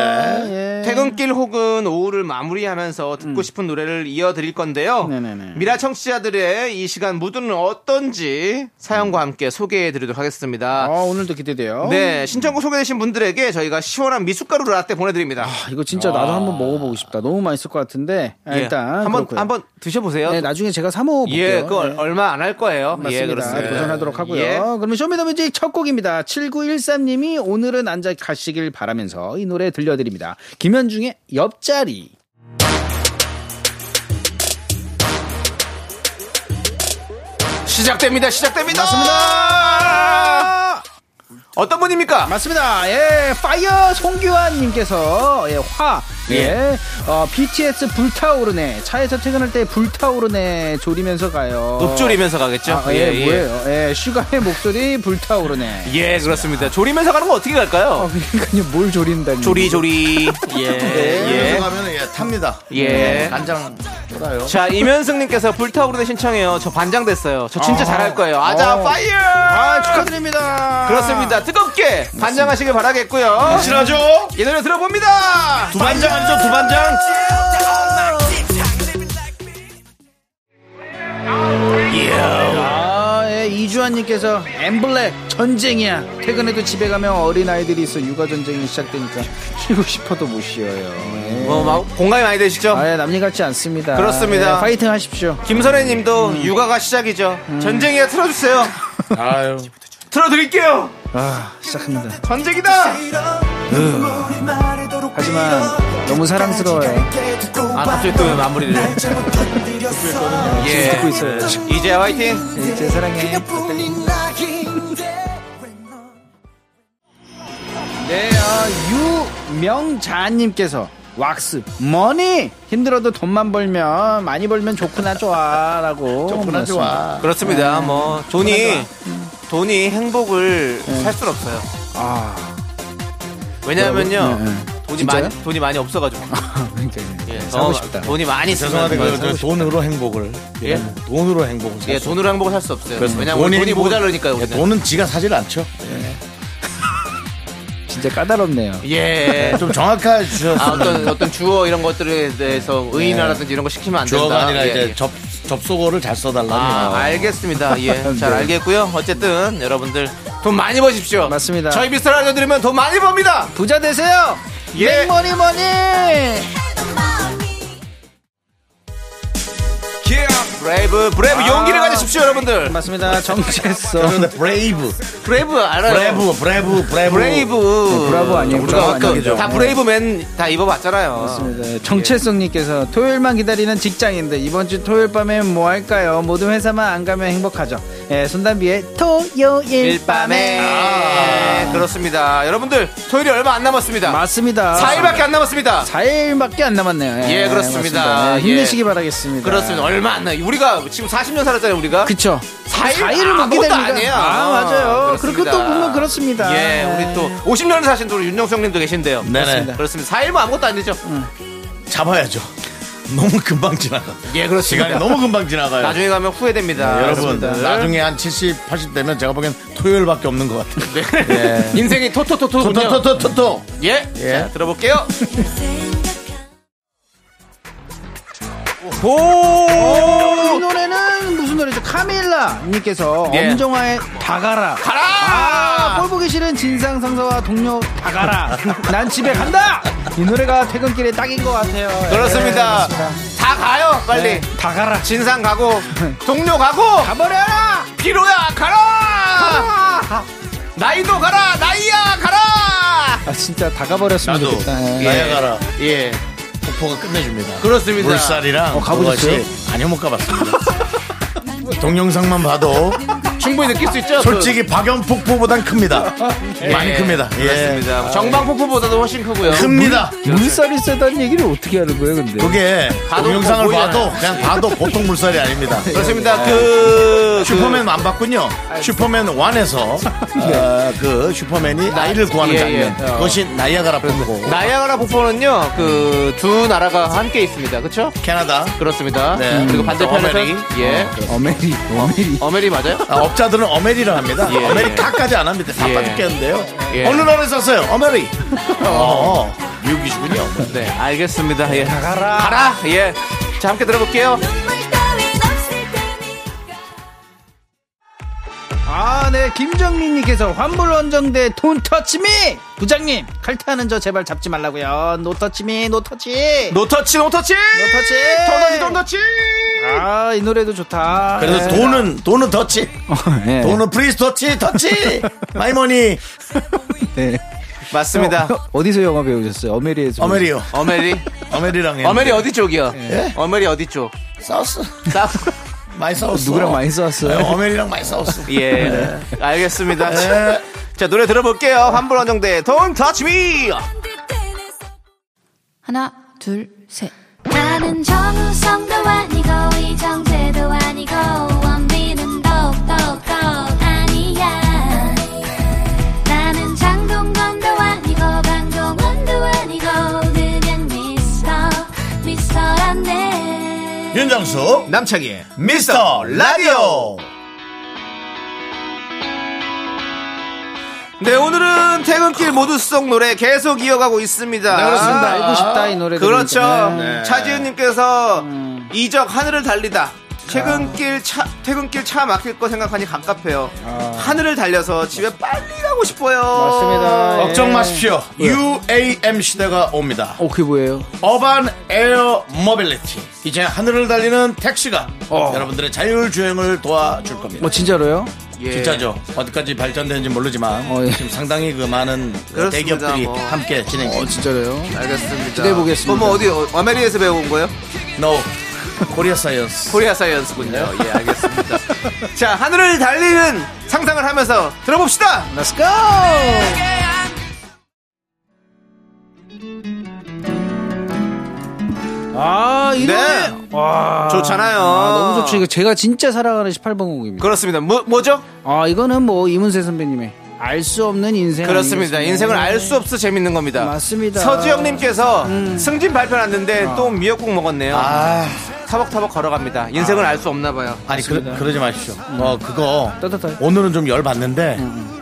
Speaker 4: 예.
Speaker 2: 네. 퇴근길 혹은 오후를 마무리하면서 듣고 싶은 노래를 이어드릴 건데요.
Speaker 4: 음. 네네네.
Speaker 2: 미라 청취자들의 이 시간 무드는 어떤지 사연과 함께 소개해드리도록
Speaker 4: 아,
Speaker 2: 하겠습니다.
Speaker 4: 오늘도 기대돼요.
Speaker 2: 네, 신청곡 소개되신 분들에게 저희가 시원한 미숫가루 라떼 보내드립니다.
Speaker 4: 아, 이거 진짜 나도 한번 먹어보고 싶다. 너무 맛있을 것 같은데. 아,
Speaker 2: 예.
Speaker 4: 일단
Speaker 2: 한번
Speaker 4: 그렇고요.
Speaker 2: 한번 드셔보세요.
Speaker 4: 네, 나중에 제가 사 먹어 볼게요. 네.
Speaker 2: 예, 그거 얼마 안 할 거예요.
Speaker 4: 맞습니다.
Speaker 2: 예, 그렇습니다.
Speaker 4: 도전하도록 하고요.
Speaker 2: 예.
Speaker 4: 그러면 쇼미더뮤직 첫 곡입니다. 7913님이 오늘은 앉아 가시길 바라면서 이 노래 들려드립니다. 김현중의 옆자리.
Speaker 2: 시작됩니다. 시작됩니다. 맞습니다. 어떤 분입니까?
Speaker 4: 맞습니다. 예, 파이어 송규환님께서 예, 화, 예, 어, BTS 불타오르네. 차에서 퇴근할 때 불타오르네 조리면서 가요.
Speaker 2: 읊조리면서 가겠죠.
Speaker 4: 아, 예, 뭐예요? 예, 슈가의 목소리 불타오르네.
Speaker 2: 예, 그렇습니다. 조리면서 가는 거 어떻게 갈까요?
Speaker 4: 어, 그러니까요, 뭘 조린다니?
Speaker 2: 조리 조리. 예.
Speaker 1: 예.
Speaker 2: 예.
Speaker 1: 가면 예, 탑니다.
Speaker 2: 예.
Speaker 1: 간장 돌아요.
Speaker 2: 자, 이면승님께서 불타오르네 신청해요. 저 반장됐어요. 저 진짜 잘할 거예요. 아자,
Speaker 4: 어.
Speaker 2: 파이어!
Speaker 4: 아, 축하드립니다.
Speaker 2: 그렇습니다. 뜨겁게 반장하시길 바라겠고요.
Speaker 1: 실하죠?
Speaker 2: 이 노래 들어봅니다.
Speaker 1: 두 반장 아니죠? 두 반장?
Speaker 4: 아, 예, 이주환님께서 엠블랙 전쟁이야. 퇴근해도 집에 가면 어린 아이들이 있어 육아 전쟁이 시작되니까 쉬고 싶어도 못 쉬어요. 예.
Speaker 2: 어, 막 공감이 많이 되시죠?
Speaker 4: 아, 예, 남일 같지 않습니다.
Speaker 2: 그렇습니다.
Speaker 4: 예, 파이팅 하십시오.
Speaker 2: 김선혜님도 육아가 시작이죠. 전쟁이야 틀어주세요.
Speaker 1: 아유.
Speaker 2: 틀어드릴게요.
Speaker 4: 아, 시작합니다.
Speaker 2: 전쟁이다.
Speaker 4: 하지만 너무 사랑스러워요.
Speaker 2: 아 갑자기 또 왜 마무리를 해? 예. 듣고 있어요 이제 화이팅
Speaker 4: 예, 제 사랑해. 네, 어, 유명자님께서 왁스 머니 힘들어도 돈만 벌면 많이 벌면 좋구나 좋아라고
Speaker 1: 좋구나, 좋아.
Speaker 2: 그렇습니다 뭐 돈이 돈이 행복을 살 순 없어요
Speaker 4: 아,
Speaker 2: 왜냐하면요
Speaker 4: 네, 네.
Speaker 2: 돈이
Speaker 4: 진짜요?
Speaker 2: 많이 돈이 많이 없어가지고
Speaker 4: 그러니까
Speaker 2: 예,
Speaker 4: 사고
Speaker 2: 어,
Speaker 4: 싶다.
Speaker 2: 돈이 많이
Speaker 1: 죄송한데,
Speaker 2: 있으면
Speaker 1: 그 돈으로 행복을. 예.
Speaker 2: 예?
Speaker 1: 돈으로 행복을. 살
Speaker 2: 예
Speaker 1: 수-
Speaker 2: 돈으로 행복을 살 수 없어요
Speaker 1: 그래서
Speaker 2: 왜냐면 돈이,
Speaker 1: 행복을-
Speaker 2: 모자라니까요
Speaker 1: 예,
Speaker 2: 우리는.
Speaker 1: 돈은 지가 사질 않죠.
Speaker 4: 진짜 까다롭네요.
Speaker 2: 예
Speaker 1: 좀 정확하게
Speaker 2: 아,
Speaker 1: 주셨으면.
Speaker 2: 어떤 어떤 주어 이런 것들에 대해서 의인화라든지 이런 거 시키면 안 된다
Speaker 1: 주어가 아니라
Speaker 2: 예,
Speaker 1: 이제
Speaker 2: 예.
Speaker 1: 접, 접속어를 잘 써달라는
Speaker 2: 아,
Speaker 1: 거예요.
Speaker 2: 알겠습니다. 예, 잘
Speaker 4: 네.
Speaker 2: 알겠고요. 어쨌든 여러분들 돈 많이 버십시오.
Speaker 4: 맞습니다.
Speaker 2: 저희 미스터 라디오 들으면 돈 많이 법니다.
Speaker 4: 부자 되세요.
Speaker 2: 예.
Speaker 4: 머니 머니.
Speaker 2: Yeah. 브레이브 브레이브 용기를
Speaker 4: 아.
Speaker 2: 가지십시오 여러분들
Speaker 4: 맞습니다. 정체성.
Speaker 1: 저는 브레이브,
Speaker 2: 브레이브 알아요
Speaker 1: 브레브, 브레브, 브레브.
Speaker 2: 브레이브
Speaker 4: 네, 브라보 아니에요?
Speaker 2: 우리가
Speaker 4: 브라보
Speaker 2: 아까
Speaker 4: 아니죠?
Speaker 2: 다 브레이브맨 다 입어봤잖아요
Speaker 4: 네, 정체성님께서 토요일만 기다리는 직장인들 이번 주 토요일 밤엔 뭐 할까요? 모든 회사만 안 가면 행복하죠. 예, 손담비의 토요일 밤에.
Speaker 2: 아, 그렇습니다 여러분들 토요일이 얼마 안 남았습니다
Speaker 4: 맞습니다. 네.
Speaker 2: 4일밖에 안 남았습니다
Speaker 4: 4일밖에 안 남았네요.
Speaker 2: 예, 그렇습니다.
Speaker 4: 맞습니다. 예,
Speaker 2: 예.
Speaker 4: 힘내시기 바라겠습니다.
Speaker 2: 그렇습니다 얼마 안 나요 우리가 지금 40년 살았잖아요 우리가
Speaker 4: 그쵸.
Speaker 2: 사일?
Speaker 4: 4일을 못
Speaker 2: 아무것도
Speaker 4: 기다리니까.
Speaker 2: 아니에요.
Speaker 4: 아, 맞아요. 그렇게
Speaker 2: 그렇습니다.
Speaker 4: 또 보면 그렇습니다.
Speaker 2: 예 우리 또 50년 사신 또 우리 윤정수 형님도 계신데요
Speaker 1: 네네.
Speaker 2: 그렇습니다 4일만 뭐 아무것도 안 되죠
Speaker 1: 잡아야죠. 너무 금방 지나가.
Speaker 2: 예 그렇습니다
Speaker 1: 시간이 너무 금방 지나가요.
Speaker 2: 나중에 가면 후회됩니다
Speaker 1: 네, 여러분,
Speaker 2: 아, 그렇습니다.
Speaker 1: 나중에 한 70, 80 되면 제가 보기엔 토요일밖에 없는 것 같아요.
Speaker 2: 네. 인생이 토토토토
Speaker 1: 토토토토토!
Speaker 2: 예.
Speaker 1: 예.
Speaker 2: 자, 들어볼게요. 오!
Speaker 4: 이 노래는 무슨 노래죠? 카밀라 님께서
Speaker 2: 어. 예.
Speaker 4: 엄정화의 다가라.
Speaker 2: 가라!
Speaker 4: 아, 꼴 보기 싫은 진상 상사와 동료 다가라. 난 집에 간다. 이 노래가 퇴근길에 딱인 것 같아요. 예,
Speaker 2: 그렇습니다.
Speaker 4: 맞습니다.
Speaker 2: 다 가요, 빨리.
Speaker 4: 네, 다가라.
Speaker 2: 진상 가고, 동료 가고,
Speaker 4: 가버려라.
Speaker 2: 피로야 가라!
Speaker 4: 아,
Speaker 2: 나이도 가라! 나이야 가라!
Speaker 4: 아, 진짜 다가버렸으면
Speaker 1: 나도.
Speaker 4: 좋겠다. 예.
Speaker 1: 나야 가라.
Speaker 2: 예.
Speaker 1: 폭포가 끝내줍니다.
Speaker 2: 그렇습니다.
Speaker 1: 물살이랑
Speaker 4: 어, 가보셨어요?
Speaker 1: 그것이- 아니요 못 가봤습니다. 동영상만 봐도
Speaker 2: 충분히 느낄 수 있죠?
Speaker 1: 솔직히 박연 폭포보단 큽니다.
Speaker 2: 그-
Speaker 1: 많이
Speaker 2: 예.
Speaker 1: 큽니다. 예.
Speaker 2: 그렇습니다. 정방 폭포보다도 훨씬 크고요.
Speaker 1: 큽니다.
Speaker 2: 예.
Speaker 4: 물살이 세다는 얘기를 어떻게 하는 거예요, 근데?
Speaker 1: 그게
Speaker 2: 봐도
Speaker 1: 동영상을
Speaker 2: 보이잖아요.
Speaker 1: 봐도 그냥 봐도 보통 물살이 아닙니다.
Speaker 2: 그렇습니다.
Speaker 1: 예.
Speaker 2: 그,
Speaker 1: 슈퍼맨 안 봤군요. 슈퍼맨 1에서 그 슈퍼맨이 나이를 구하는
Speaker 2: 예,
Speaker 1: 장면.
Speaker 2: 예. 어.
Speaker 1: 그것이 나이아가라 폭포.
Speaker 2: 그 나야가라 폭포는요, 그, 두 나라가 함께 있습니다. 그쵸?
Speaker 1: 캐나다.
Speaker 2: 그렇습니다. 음,
Speaker 1: 네.
Speaker 2: 그리고
Speaker 1: 어메리.
Speaker 2: 반대편에서는 예.
Speaker 4: 어메리, 어메리.
Speaker 2: 어메리 맞아요?
Speaker 1: 아, 업자들은 어메리라 합니다.
Speaker 2: 예.
Speaker 1: 어메리카까지 안 합니다. 바빠
Speaker 2: 예.
Speaker 1: 죽겠는데요.
Speaker 2: 예.
Speaker 1: 어느 나라에 썼어요? 어메리. 어, 미국이시군요.
Speaker 2: 네, 알겠습니다. 예. 가라. 예. 자, 함께 들어볼게요.
Speaker 4: 아, 네. 김정민님께서 환불 원정대 돈 터치미! 부장님, 칼퇴하는 저 제발 잡지 말라고요 노 터치미, 노 터치!
Speaker 2: 노터치, 노터치!
Speaker 1: 네.
Speaker 4: 터치!
Speaker 2: 돈터치, 돈터치!
Speaker 4: 아, 이 노래도 좋다.
Speaker 1: 그래서
Speaker 4: 네.
Speaker 1: 돈은, 돈은 더치.
Speaker 4: 예.
Speaker 1: 돈은 프리스 더치, 더치. 마이머니.
Speaker 4: 네.
Speaker 2: 맞습니다.
Speaker 4: 어, 어디서 영화 배우셨어요? 어메리에서.
Speaker 1: 어메리요.
Speaker 2: 어메리.
Speaker 1: 어메리랑 했는데.
Speaker 2: 어메리 어디 쪽이요?
Speaker 1: 예?
Speaker 2: 어메리 어디 쪽?
Speaker 1: 싸웠어.
Speaker 2: 싸우.
Speaker 1: 많이 싸웠어.
Speaker 4: 누구랑 많이
Speaker 1: 네,
Speaker 4: 싸웠어요?
Speaker 1: 어메리랑 많이 싸웠어.
Speaker 2: 예. 알겠습니다.
Speaker 1: 예.
Speaker 2: 자, 노래 들어볼게요. 환불 원정대 돈 터치 미!
Speaker 5: 하나, 둘, 셋.
Speaker 3: 나는 정우성도 아니고 이정재도 아니고 원빈은 더욱더 아니야 나는 장동건도 아니고 강동원도 아니고 그냥 미스터 미스터란데
Speaker 1: 윤정수, 남창희, 미스터 라디오.
Speaker 2: 네, 오늘은 퇴근길 모두 속 노래 계속 이어가고 있습니다.
Speaker 4: 네, 그렇습니다. 알고 싶다, 이 노래.
Speaker 2: 아, 그렇죠.
Speaker 4: 들으니까. 네. 음.
Speaker 2: 차지은님께서 이적 하늘을 달리다.
Speaker 4: 아.
Speaker 2: 퇴근길 차 퇴근길 차 막힐 거 생각하니 갑갑해요. 하늘을 달려서 집에 빨리 가고 싶어요.
Speaker 4: 아. 맞습니다.
Speaker 1: 걱정
Speaker 4: 예.
Speaker 1: 마십시오. UAM 시대가 옵니다.
Speaker 4: 어, 그게 뭐예요?
Speaker 1: 어반 에어 모빌리티. 이제 하늘을 달리는 택시가 여러분들의 자율주행을 도와줄 겁니다.
Speaker 4: 어. 뭐, 진짜로요?
Speaker 2: 예.
Speaker 1: 진짜죠. 어디까지 발전되는지 모르지만
Speaker 4: 어, 예.
Speaker 1: 지금 상당히 그 많은 그
Speaker 2: 그렇습니다,
Speaker 1: 대기업들이
Speaker 2: 뭐.
Speaker 1: 함께 어, 진행
Speaker 4: 어,
Speaker 1: 중입니다.
Speaker 4: 진짜로요?
Speaker 2: 알겠습니다.
Speaker 4: 기대해보겠습니다.
Speaker 2: 그럼 뭐 어디 어, 아메리에서 배워온 거예요?
Speaker 1: No. 코리아 사이언스.
Speaker 2: 코리아 사이언스군요. 예, 알겠습니다. 자, 하늘을 달리는 상상을 하면서 들어봅시다.
Speaker 4: Let's go! 아, 이
Speaker 2: 네.
Speaker 4: 노래. 와.
Speaker 2: 좋잖아요.
Speaker 4: 아, 너무 좋죠. 이거 제가 진짜 사랑하는 18번 곡입니다.
Speaker 2: 그렇습니다. 뭐 뭐죠?
Speaker 4: 아, 이거는 뭐 이문세 선배님의 알 수 없는 인생.
Speaker 2: 그렇습니다.
Speaker 4: 아니겠습니까?
Speaker 2: 인생을 알 수 없어 재밌는 겁니다.
Speaker 4: 네, 맞습니다. 음. 아.
Speaker 2: 서지영님께서 승진 발표 났는데 또 미역국 먹었네요.
Speaker 1: 아,
Speaker 2: 터벅터벅 걸어갑니다.
Speaker 4: 아.
Speaker 2: 인생을 알 수 없나 봐요.
Speaker 1: 아니 그러, 그러지 마십시오. 어 그거
Speaker 4: 음. 따뜻하게. 음,
Speaker 1: 오늘은 좀 열 받는데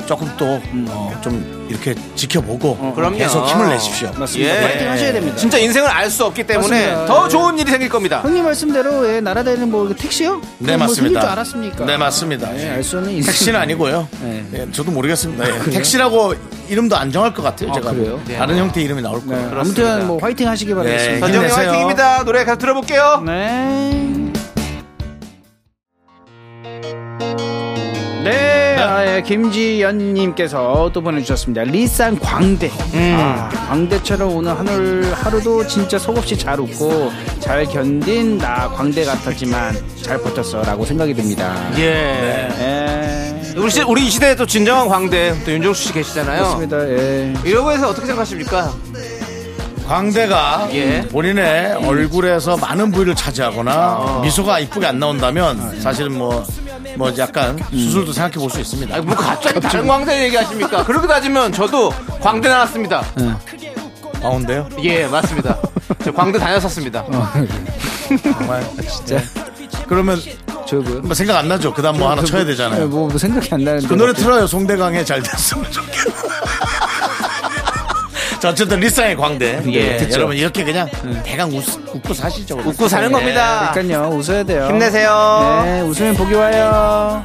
Speaker 1: 조금 또 어, 좀 이렇게 지켜보고
Speaker 2: 그럼요.
Speaker 1: 계속 힘을 내십시오.
Speaker 4: 어, 맞습니다.
Speaker 2: 예.
Speaker 4: 파이팅 하셔야 됩니다.
Speaker 2: 진짜 인생을 알 수 없기 때문에
Speaker 4: 맞습니다.
Speaker 2: 더
Speaker 4: 예.
Speaker 2: 좋은 일이 생길 겁니다.
Speaker 4: 형님 말씀대로 예, 날아다니는 뭐 택시요?
Speaker 1: 네
Speaker 4: 뭐 생길
Speaker 1: 맞습니다.
Speaker 4: 줄 알았습니까?
Speaker 1: 네 맞습니다.
Speaker 4: 예, 알수 없는 인생.
Speaker 1: 택시는 아니고요.
Speaker 4: 네.
Speaker 1: 예, 저도 모르겠습니다. 예, 택시라고 이름도 안 정할 것 같아요. 제가
Speaker 4: 그래요?
Speaker 1: 다른 형태 이름이 나올
Speaker 4: 네,
Speaker 1: 거예요.
Speaker 4: 아무튼 뭐 화이팅 하시기 바라겠습니다.
Speaker 1: 네,
Speaker 2: 서지영님
Speaker 1: 힘내세요.
Speaker 2: 화이팅입니다. 노래 계속 들어볼게요.
Speaker 4: 네. 네, 김지연님께서 또 보내주셨습니다. 리쌍 광대. 아, 광대처럼 오늘 하늘 하루도 진짜 속없이 잘 웃고 잘 견딘 나 광대 같았지만 잘 버텼어라고 생각이 듭니다.
Speaker 2: 예.
Speaker 4: 예.
Speaker 2: 우리, 시, 우리 이 시대에 또 진정한 광대, 또 윤종수 씨 계시잖아요.
Speaker 4: 그렇습니다. 예.
Speaker 2: 이러고 해서 어떻게 생각하십니까?
Speaker 1: 광대가
Speaker 2: 예.
Speaker 1: 본인의 얼굴에서 많은 부위를 차지하거나 미소가 이쁘게 안 나온다면 사실은 뭐, 뭐 약간 수술도 생각해 볼 수 있습니다.
Speaker 2: 뭐 갑자기 다른 광대 얘기하십니까? 그렇게 따지면 저도 광대 나왔습니다.
Speaker 1: 가운데요?
Speaker 2: 예, 맞습니다. 저 광대 다녔었습니다.
Speaker 4: 어.
Speaker 1: 정말. 진짜.
Speaker 2: 네.
Speaker 1: 그러면
Speaker 4: 저고요.
Speaker 1: 뭐 생각 안 나죠? 그 다음 뭐 하나 쳐야
Speaker 4: 예,
Speaker 1: 되잖아요.
Speaker 4: 뭐, 뭐 생각이 안 나는데.
Speaker 1: 그 노래 틀어요. 송대강의 잘 됐으면 좋겠어. 자, 어쨌든 리쌍의 광대.
Speaker 2: 예,
Speaker 1: 예,
Speaker 2: 듣죠.
Speaker 1: 여러분 이렇게 그냥 대강 웃, 웃고 사시죠.
Speaker 2: 웃고 사는 겁니다.
Speaker 4: 예, 그러니까요. 웃어야 돼요.
Speaker 2: 힘내세요.
Speaker 4: 네, 웃으면 복이 와요.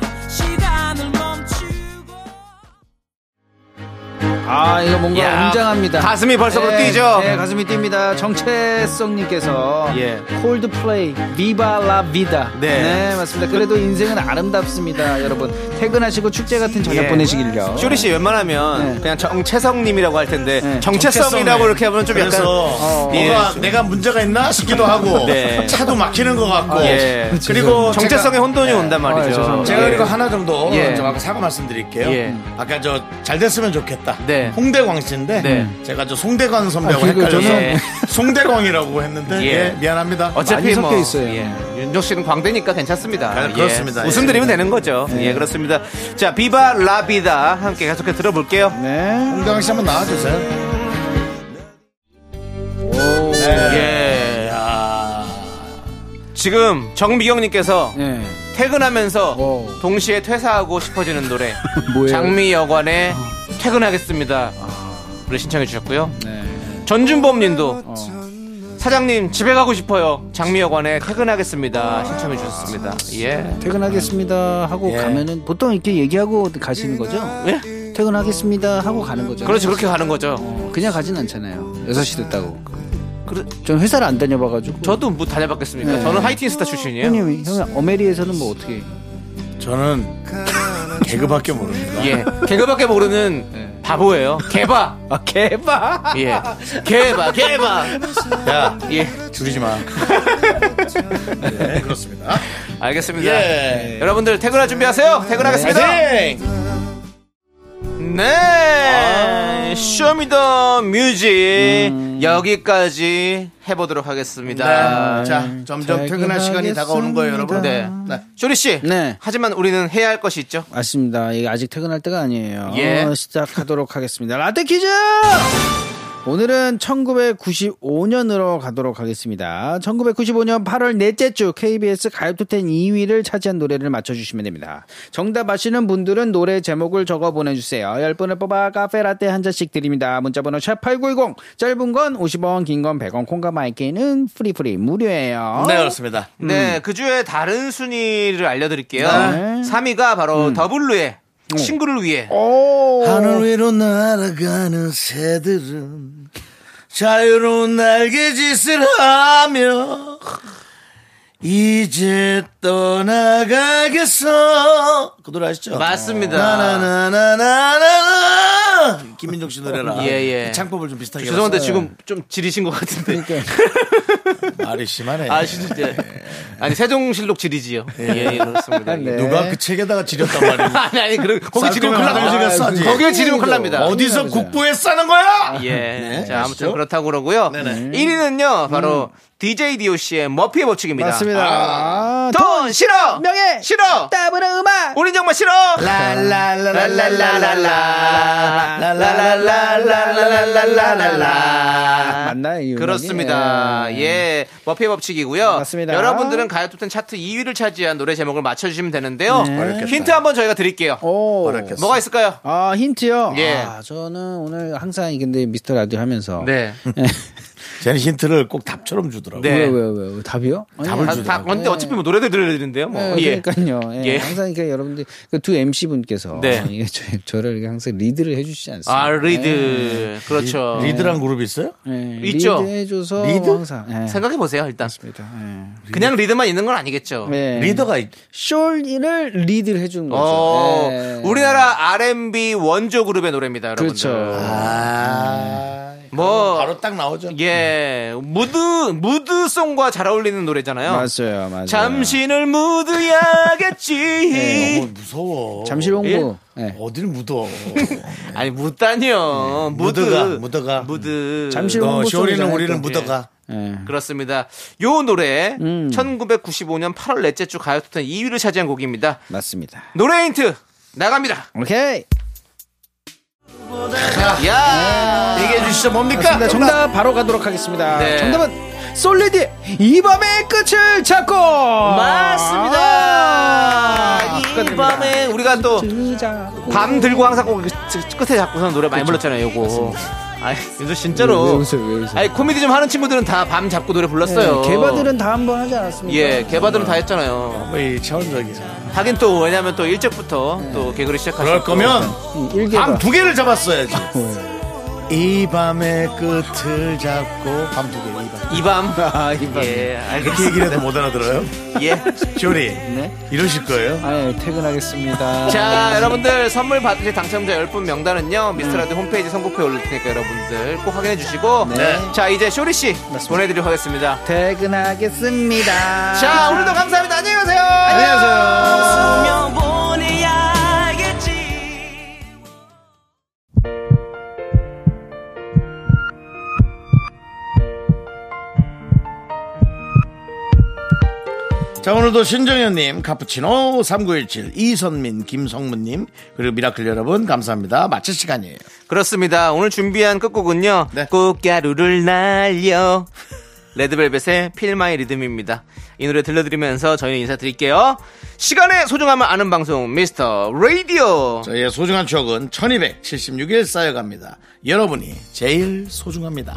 Speaker 4: 아, 이거 뭔가
Speaker 2: 야,
Speaker 4: 웅장합니다.
Speaker 2: 가슴이 벌써 그렇게
Speaker 4: 예,
Speaker 2: 뛰죠?
Speaker 4: 예, 가슴이 뜁니다. 정체성님께서
Speaker 2: 예.
Speaker 4: 콜드플레이 비바 라 비다.
Speaker 2: 네.
Speaker 4: 맞습니다. 그래도 인생은 아름답습니다, 여러분. 퇴근하시고 축제 같은 저녁
Speaker 2: 예.
Speaker 4: 보내시길요.
Speaker 2: 쇼리 씨 웬만하면
Speaker 4: 네.
Speaker 2: 그냥 정체성님이라고 할 텐데
Speaker 4: 네.
Speaker 2: 정체성이라고 이렇게 하면 좀 약간
Speaker 1: 그래서
Speaker 2: 예.
Speaker 1: 어. 뭔가 내가 문제가 있나 싶기도 하고
Speaker 2: 네.
Speaker 1: 차도 막히는 것 같고
Speaker 2: 예.
Speaker 1: 그리고
Speaker 2: 정체성의 혼돈이 온단
Speaker 4: 아, 예,
Speaker 2: 말이죠.
Speaker 4: 네. 죄송합니다.
Speaker 1: 제가
Speaker 2: 예.
Speaker 1: 그리고 하나 정도
Speaker 2: 예.
Speaker 1: 좀 아까 사과 말씀드릴게요.
Speaker 2: 예.
Speaker 1: 아까 저 잘 됐으면 좋겠다.
Speaker 2: 네.
Speaker 1: 홍대광 씨인데
Speaker 2: 네.
Speaker 1: 제가 저 송대관 선배하고
Speaker 4: 아, 그리고
Speaker 1: 헷갈려서
Speaker 2: 저는- 예.
Speaker 1: 송대광이라고 했는데 예, 미안합니다.
Speaker 2: 어차피
Speaker 4: 많이
Speaker 2: 뭐
Speaker 4: 섞여 있어요.
Speaker 2: 윤정 씨는 광대니까 괜찮습니다.
Speaker 1: 아,
Speaker 2: 예.
Speaker 1: 그렇습니다.
Speaker 2: 웃음
Speaker 1: 예.
Speaker 2: 드리면 되는 거죠.
Speaker 4: 네.
Speaker 2: 예. 그렇습니다. 자 비바 라비다 함께 계속해 들어볼게요.
Speaker 4: 네.
Speaker 1: 홍대광 씨 한번 나와주세요. 네.
Speaker 2: 예. 지금 정미경님께서
Speaker 4: 예.
Speaker 2: 퇴근하면서
Speaker 4: 오.
Speaker 2: 동시에 퇴사하고 싶어지는 노래
Speaker 4: 뭐예요?
Speaker 2: 장미여관의
Speaker 4: 아.
Speaker 2: 퇴근하겠습니다. 를 신청해 주셨고요.
Speaker 4: 네. 어.
Speaker 2: 전준범님도 사장님 집에 가고 싶어요. 장미여관에 퇴근하겠습니다. 신청해 주셨습니다. 예.
Speaker 4: 퇴근하겠습니다 하고 가면은 보통 이렇게 얘기하고 가시는 거죠?
Speaker 2: 예?
Speaker 4: 퇴근하겠습니다 하고 가는 거죠.
Speaker 2: 그렇지 그렇게 가는 거죠.
Speaker 4: 어, 그냥 가진 않잖아요. 6시 됐다고. 그래. 전 회사를 안 다녀봐가지고.
Speaker 2: 저도 뭐 다녀봤겠습니까?
Speaker 4: 네.
Speaker 2: 저는 하이틴스타 출신이에요.
Speaker 4: 형님이 형 어메리에서는 뭐 어떻게?
Speaker 1: 저는 개그밖에 모릅니다.
Speaker 2: 예. 개그밖에 모르는 바보예요. 개바.
Speaker 4: 아 개봐.
Speaker 2: 예. 개바 개바.
Speaker 1: 야
Speaker 2: 예.
Speaker 1: 줄이지 마. 네 그렇습니다.
Speaker 2: 알겠습니다.
Speaker 1: 예.
Speaker 2: 여러분들 퇴근할 준비하세요. 퇴근하겠습니다.
Speaker 1: 화이팅! 아.
Speaker 2: 네. 쇼미더 뮤직
Speaker 1: 음.
Speaker 2: 여기까지 해보도록 하겠습니다.
Speaker 1: 네. 자, 점점 퇴근할 시간이 다가오는 거예요, 여러분.
Speaker 2: 네.
Speaker 1: 네.
Speaker 2: 쇼리 씨.
Speaker 4: 네.
Speaker 2: 하지만 우리는 해야 할 것이 있죠.
Speaker 4: 맞습니다. 이게 아직 퇴근할 때가 아니에요.
Speaker 2: 예.
Speaker 4: 어, 시작하도록 하겠습니다. 라떼 퀴즈! 오늘은 1995년으로 가도록 하겠습니다. 1995년 8월 넷째 주 KBS 가요톱텐 2위를 차지한 노래를 맞춰주시면 됩니다. 정답 아시는 분들은 노래 제목을 적어 보내주세요. 10분을 뽑아 카페라떼 한 잔씩 드립니다. 문자번호 샵8910 짧은 건 50원 긴 건 100원 콩과 마이크는 프리프리 무료예요.
Speaker 1: 네, 그렇습니다.
Speaker 2: 네, 그 주에 다른 순위를 알려드릴게요.
Speaker 4: 네.
Speaker 2: 3위가 바로 더블루의 친구를 위해.
Speaker 4: 어, 오.
Speaker 1: 하늘 위로 날아가는 새들은 자유로운 날개짓을 하며 이제 떠나가겠어. 그 노래 아시죠?
Speaker 2: 맞습니다.
Speaker 1: 나나나나나나 김민종 씨 노래라.
Speaker 2: 예, 예.
Speaker 1: 창법을 좀 비슷하게.
Speaker 2: 죄송한데
Speaker 1: 해봤어요.
Speaker 2: 지금 좀 지리신 것 같은데.
Speaker 1: 말이 심하네.
Speaker 2: 아, 진짜. 아니, 세종실록 지리지요. 예, 예, 그렇습니다.
Speaker 4: 네.
Speaker 1: 누가 그 책에다가 지렸단 말이야.
Speaker 2: 아니, 아니, 그, 거기
Speaker 1: 쌀
Speaker 2: 지르면
Speaker 1: 거면
Speaker 2: 큰일
Speaker 1: 화장실
Speaker 2: 납니다.
Speaker 1: 갔어, 아직.
Speaker 2: 거기에 지르면 큰일 납니다.
Speaker 1: 어디서 국보에 싸는 거야?
Speaker 2: 예.
Speaker 1: 네,
Speaker 2: 자, 아무튼
Speaker 1: 아시죠?
Speaker 2: 그렇다고 그러고요.
Speaker 1: 네네.
Speaker 2: 1위는요, 바로 DJ DOC의 머피의 법칙입니다.
Speaker 4: 맞습니다. 아,
Speaker 2: 돈 싫어!
Speaker 4: 명예!
Speaker 2: 싫어!
Speaker 4: 따블의 음악!
Speaker 2: 우린 정말 싫어! 라라라라라라라라라라라라라라라라라라라라라라라라라
Speaker 4: 맞나요, 이 음악이?
Speaker 2: 그렇습니다.
Speaker 4: 예.
Speaker 2: 예. 머피의 법칙이고요.
Speaker 4: 맞습니다.
Speaker 2: 여러분들은 가요톱텐 차트 2위를 차지한 노래 제목을 맞춰주시면 되는데요.
Speaker 1: 어렵겠다.
Speaker 2: 힌트 한번 저희가 드릴게요.
Speaker 4: 오.
Speaker 1: 어렵겠어.
Speaker 2: 뭐가 있을까요?
Speaker 4: 아 힌트요.
Speaker 2: 예.
Speaker 4: 아, 저는 오늘 항상 근데 미스터 라디오 하면서
Speaker 2: 네.
Speaker 1: 쟤는 힌트를 꼭 답처럼 주더라고요.
Speaker 2: 네.
Speaker 4: 왜요, 왜요, 왜요? 답이요? 아니,
Speaker 1: 답을
Speaker 2: 다,
Speaker 1: 주더라고요.
Speaker 2: 다 근데 어차피 뭐 노래들 들려야 되는데요. 뭐.
Speaker 4: 예,
Speaker 2: 예.
Speaker 4: 그러니까요. 예,
Speaker 2: 예.
Speaker 4: 항상 이렇게 여러분들 그 두 MC 분께서
Speaker 2: 네.
Speaker 4: 이게 저, 저를 이렇게 항상 리드를 해주시지 않습니까?
Speaker 2: 아, 리드. 그렇죠.
Speaker 1: 리드란 그룹이 있어요?
Speaker 4: 예,
Speaker 2: 있죠.
Speaker 4: 리드해줘서
Speaker 1: 리드?
Speaker 4: 항상 예.
Speaker 2: 생각해 보세요, 일단.
Speaker 4: 생각합니다.
Speaker 2: 그냥 리드만 있는 건 아니겠죠.
Speaker 4: 예.
Speaker 1: 리더가 있-
Speaker 4: 숄이를 리드를 해주는 거죠.
Speaker 2: 어,
Speaker 4: 예.
Speaker 2: 우리나라 R&B 원조 그룹의 노래입니다, 여러분들.
Speaker 4: 그렇죠.
Speaker 1: 아,
Speaker 2: 뭐
Speaker 1: 바로 딱 나오죠.
Speaker 2: 예, 무드 무드송과 잘 어울리는 노래잖아요.
Speaker 4: 맞아요, 맞아요.
Speaker 2: 잠신을 무드야겠지.
Speaker 1: 네, 너무 무서워.
Speaker 4: 잠실홍보. 예.
Speaker 1: 어딜 묻어.
Speaker 2: 아니 무다니요. 무드
Speaker 1: 네, 무드가, 무드가.
Speaker 2: 무드.
Speaker 4: 잠시
Speaker 1: 너
Speaker 4: 홍보
Speaker 1: 쇼리는
Speaker 4: 소리잖아요,
Speaker 1: 우리는
Speaker 4: 또.
Speaker 1: 묻어가.
Speaker 4: 예.
Speaker 2: 그렇습니다. 요 노래 1995년 8월 넷째 주 가요 투텐 2위를 차지한 곡입니다.
Speaker 4: 맞습니다.
Speaker 2: 노래 힌트 나갑니다.
Speaker 4: 오케이.
Speaker 2: 야, 얘기해 주시죠. 뭡니까?
Speaker 4: 맞습니다. 정답 바로 가도록 하겠습니다.
Speaker 2: 네.
Speaker 4: 정답은 솔리드 이 밤의 끝을 찾고 아.
Speaker 2: 맞습니다. 이
Speaker 4: 축하드립니다.
Speaker 2: 밤에 우리가 또 아, 밤 들고 항상 꼭 끝에 잡고서 노래 많이 불렀잖아요, 요거. 아이, 윤서 진짜로.
Speaker 4: 왜, 왜 웃어요, 왜 웃어요?
Speaker 2: 아니, 코미디 좀 하는 친구들은 다 밤 잡고 노래 불렀어요.
Speaker 4: 네, 개바들은 다 한 번 하지 않았습니까?
Speaker 2: 예, 개바들은 다 했잖아요.
Speaker 1: 거의 뭐 차원적이야.
Speaker 2: 하긴 또, 왜냐면 또 일찍부터 또 개그를 시작하셨고.
Speaker 1: 그럴 거면 밤
Speaker 4: 일개바.
Speaker 1: 두 개를 잡았어야지. 이 밤의 끝을 잡고 밤 두 개. 이 밤.
Speaker 2: 이 밤.
Speaker 4: 아, 이 밤.
Speaker 2: 예, 알겠습니다.
Speaker 1: 이렇게 얘기를 해도 못 알아들어요?
Speaker 2: 예.
Speaker 1: 쇼리. 이러실 거예요?
Speaker 4: 네? 아유, 퇴근하겠습니다.
Speaker 2: 자, 여러분들 선물 받으실 당첨자 10분 명단은요. 미스터라디 홈페이지 선곡표에 올릴 테니까 여러분들 꼭 확인해 주시고. 자, 이제 쇼리 씨 보내드리도록 하겠습니다.
Speaker 4: 퇴근하겠습니다.
Speaker 2: 자, 오늘도 감사합니다. 안녕히 가세요. 안녕히 가세요.
Speaker 1: 자 오늘도 신정현님 카푸치노 3917 이선민 김성문님 그리고 미라클 여러분 감사합니다 마칠 시간이에요
Speaker 2: 그렇습니다. 오늘 준비한 끝곡은요.
Speaker 1: 네.
Speaker 2: 꽃가루를 날려. 레드벨벳의 필마이 리듬입니다. 이 노래 들려드리면서 저희는 인사드릴게요. 시간의 소중함을 아는 방송 미스터 라디오.
Speaker 1: 저희의 소중한 추억은 1276일 쌓여갑니다 여러분이 제일 소중합니다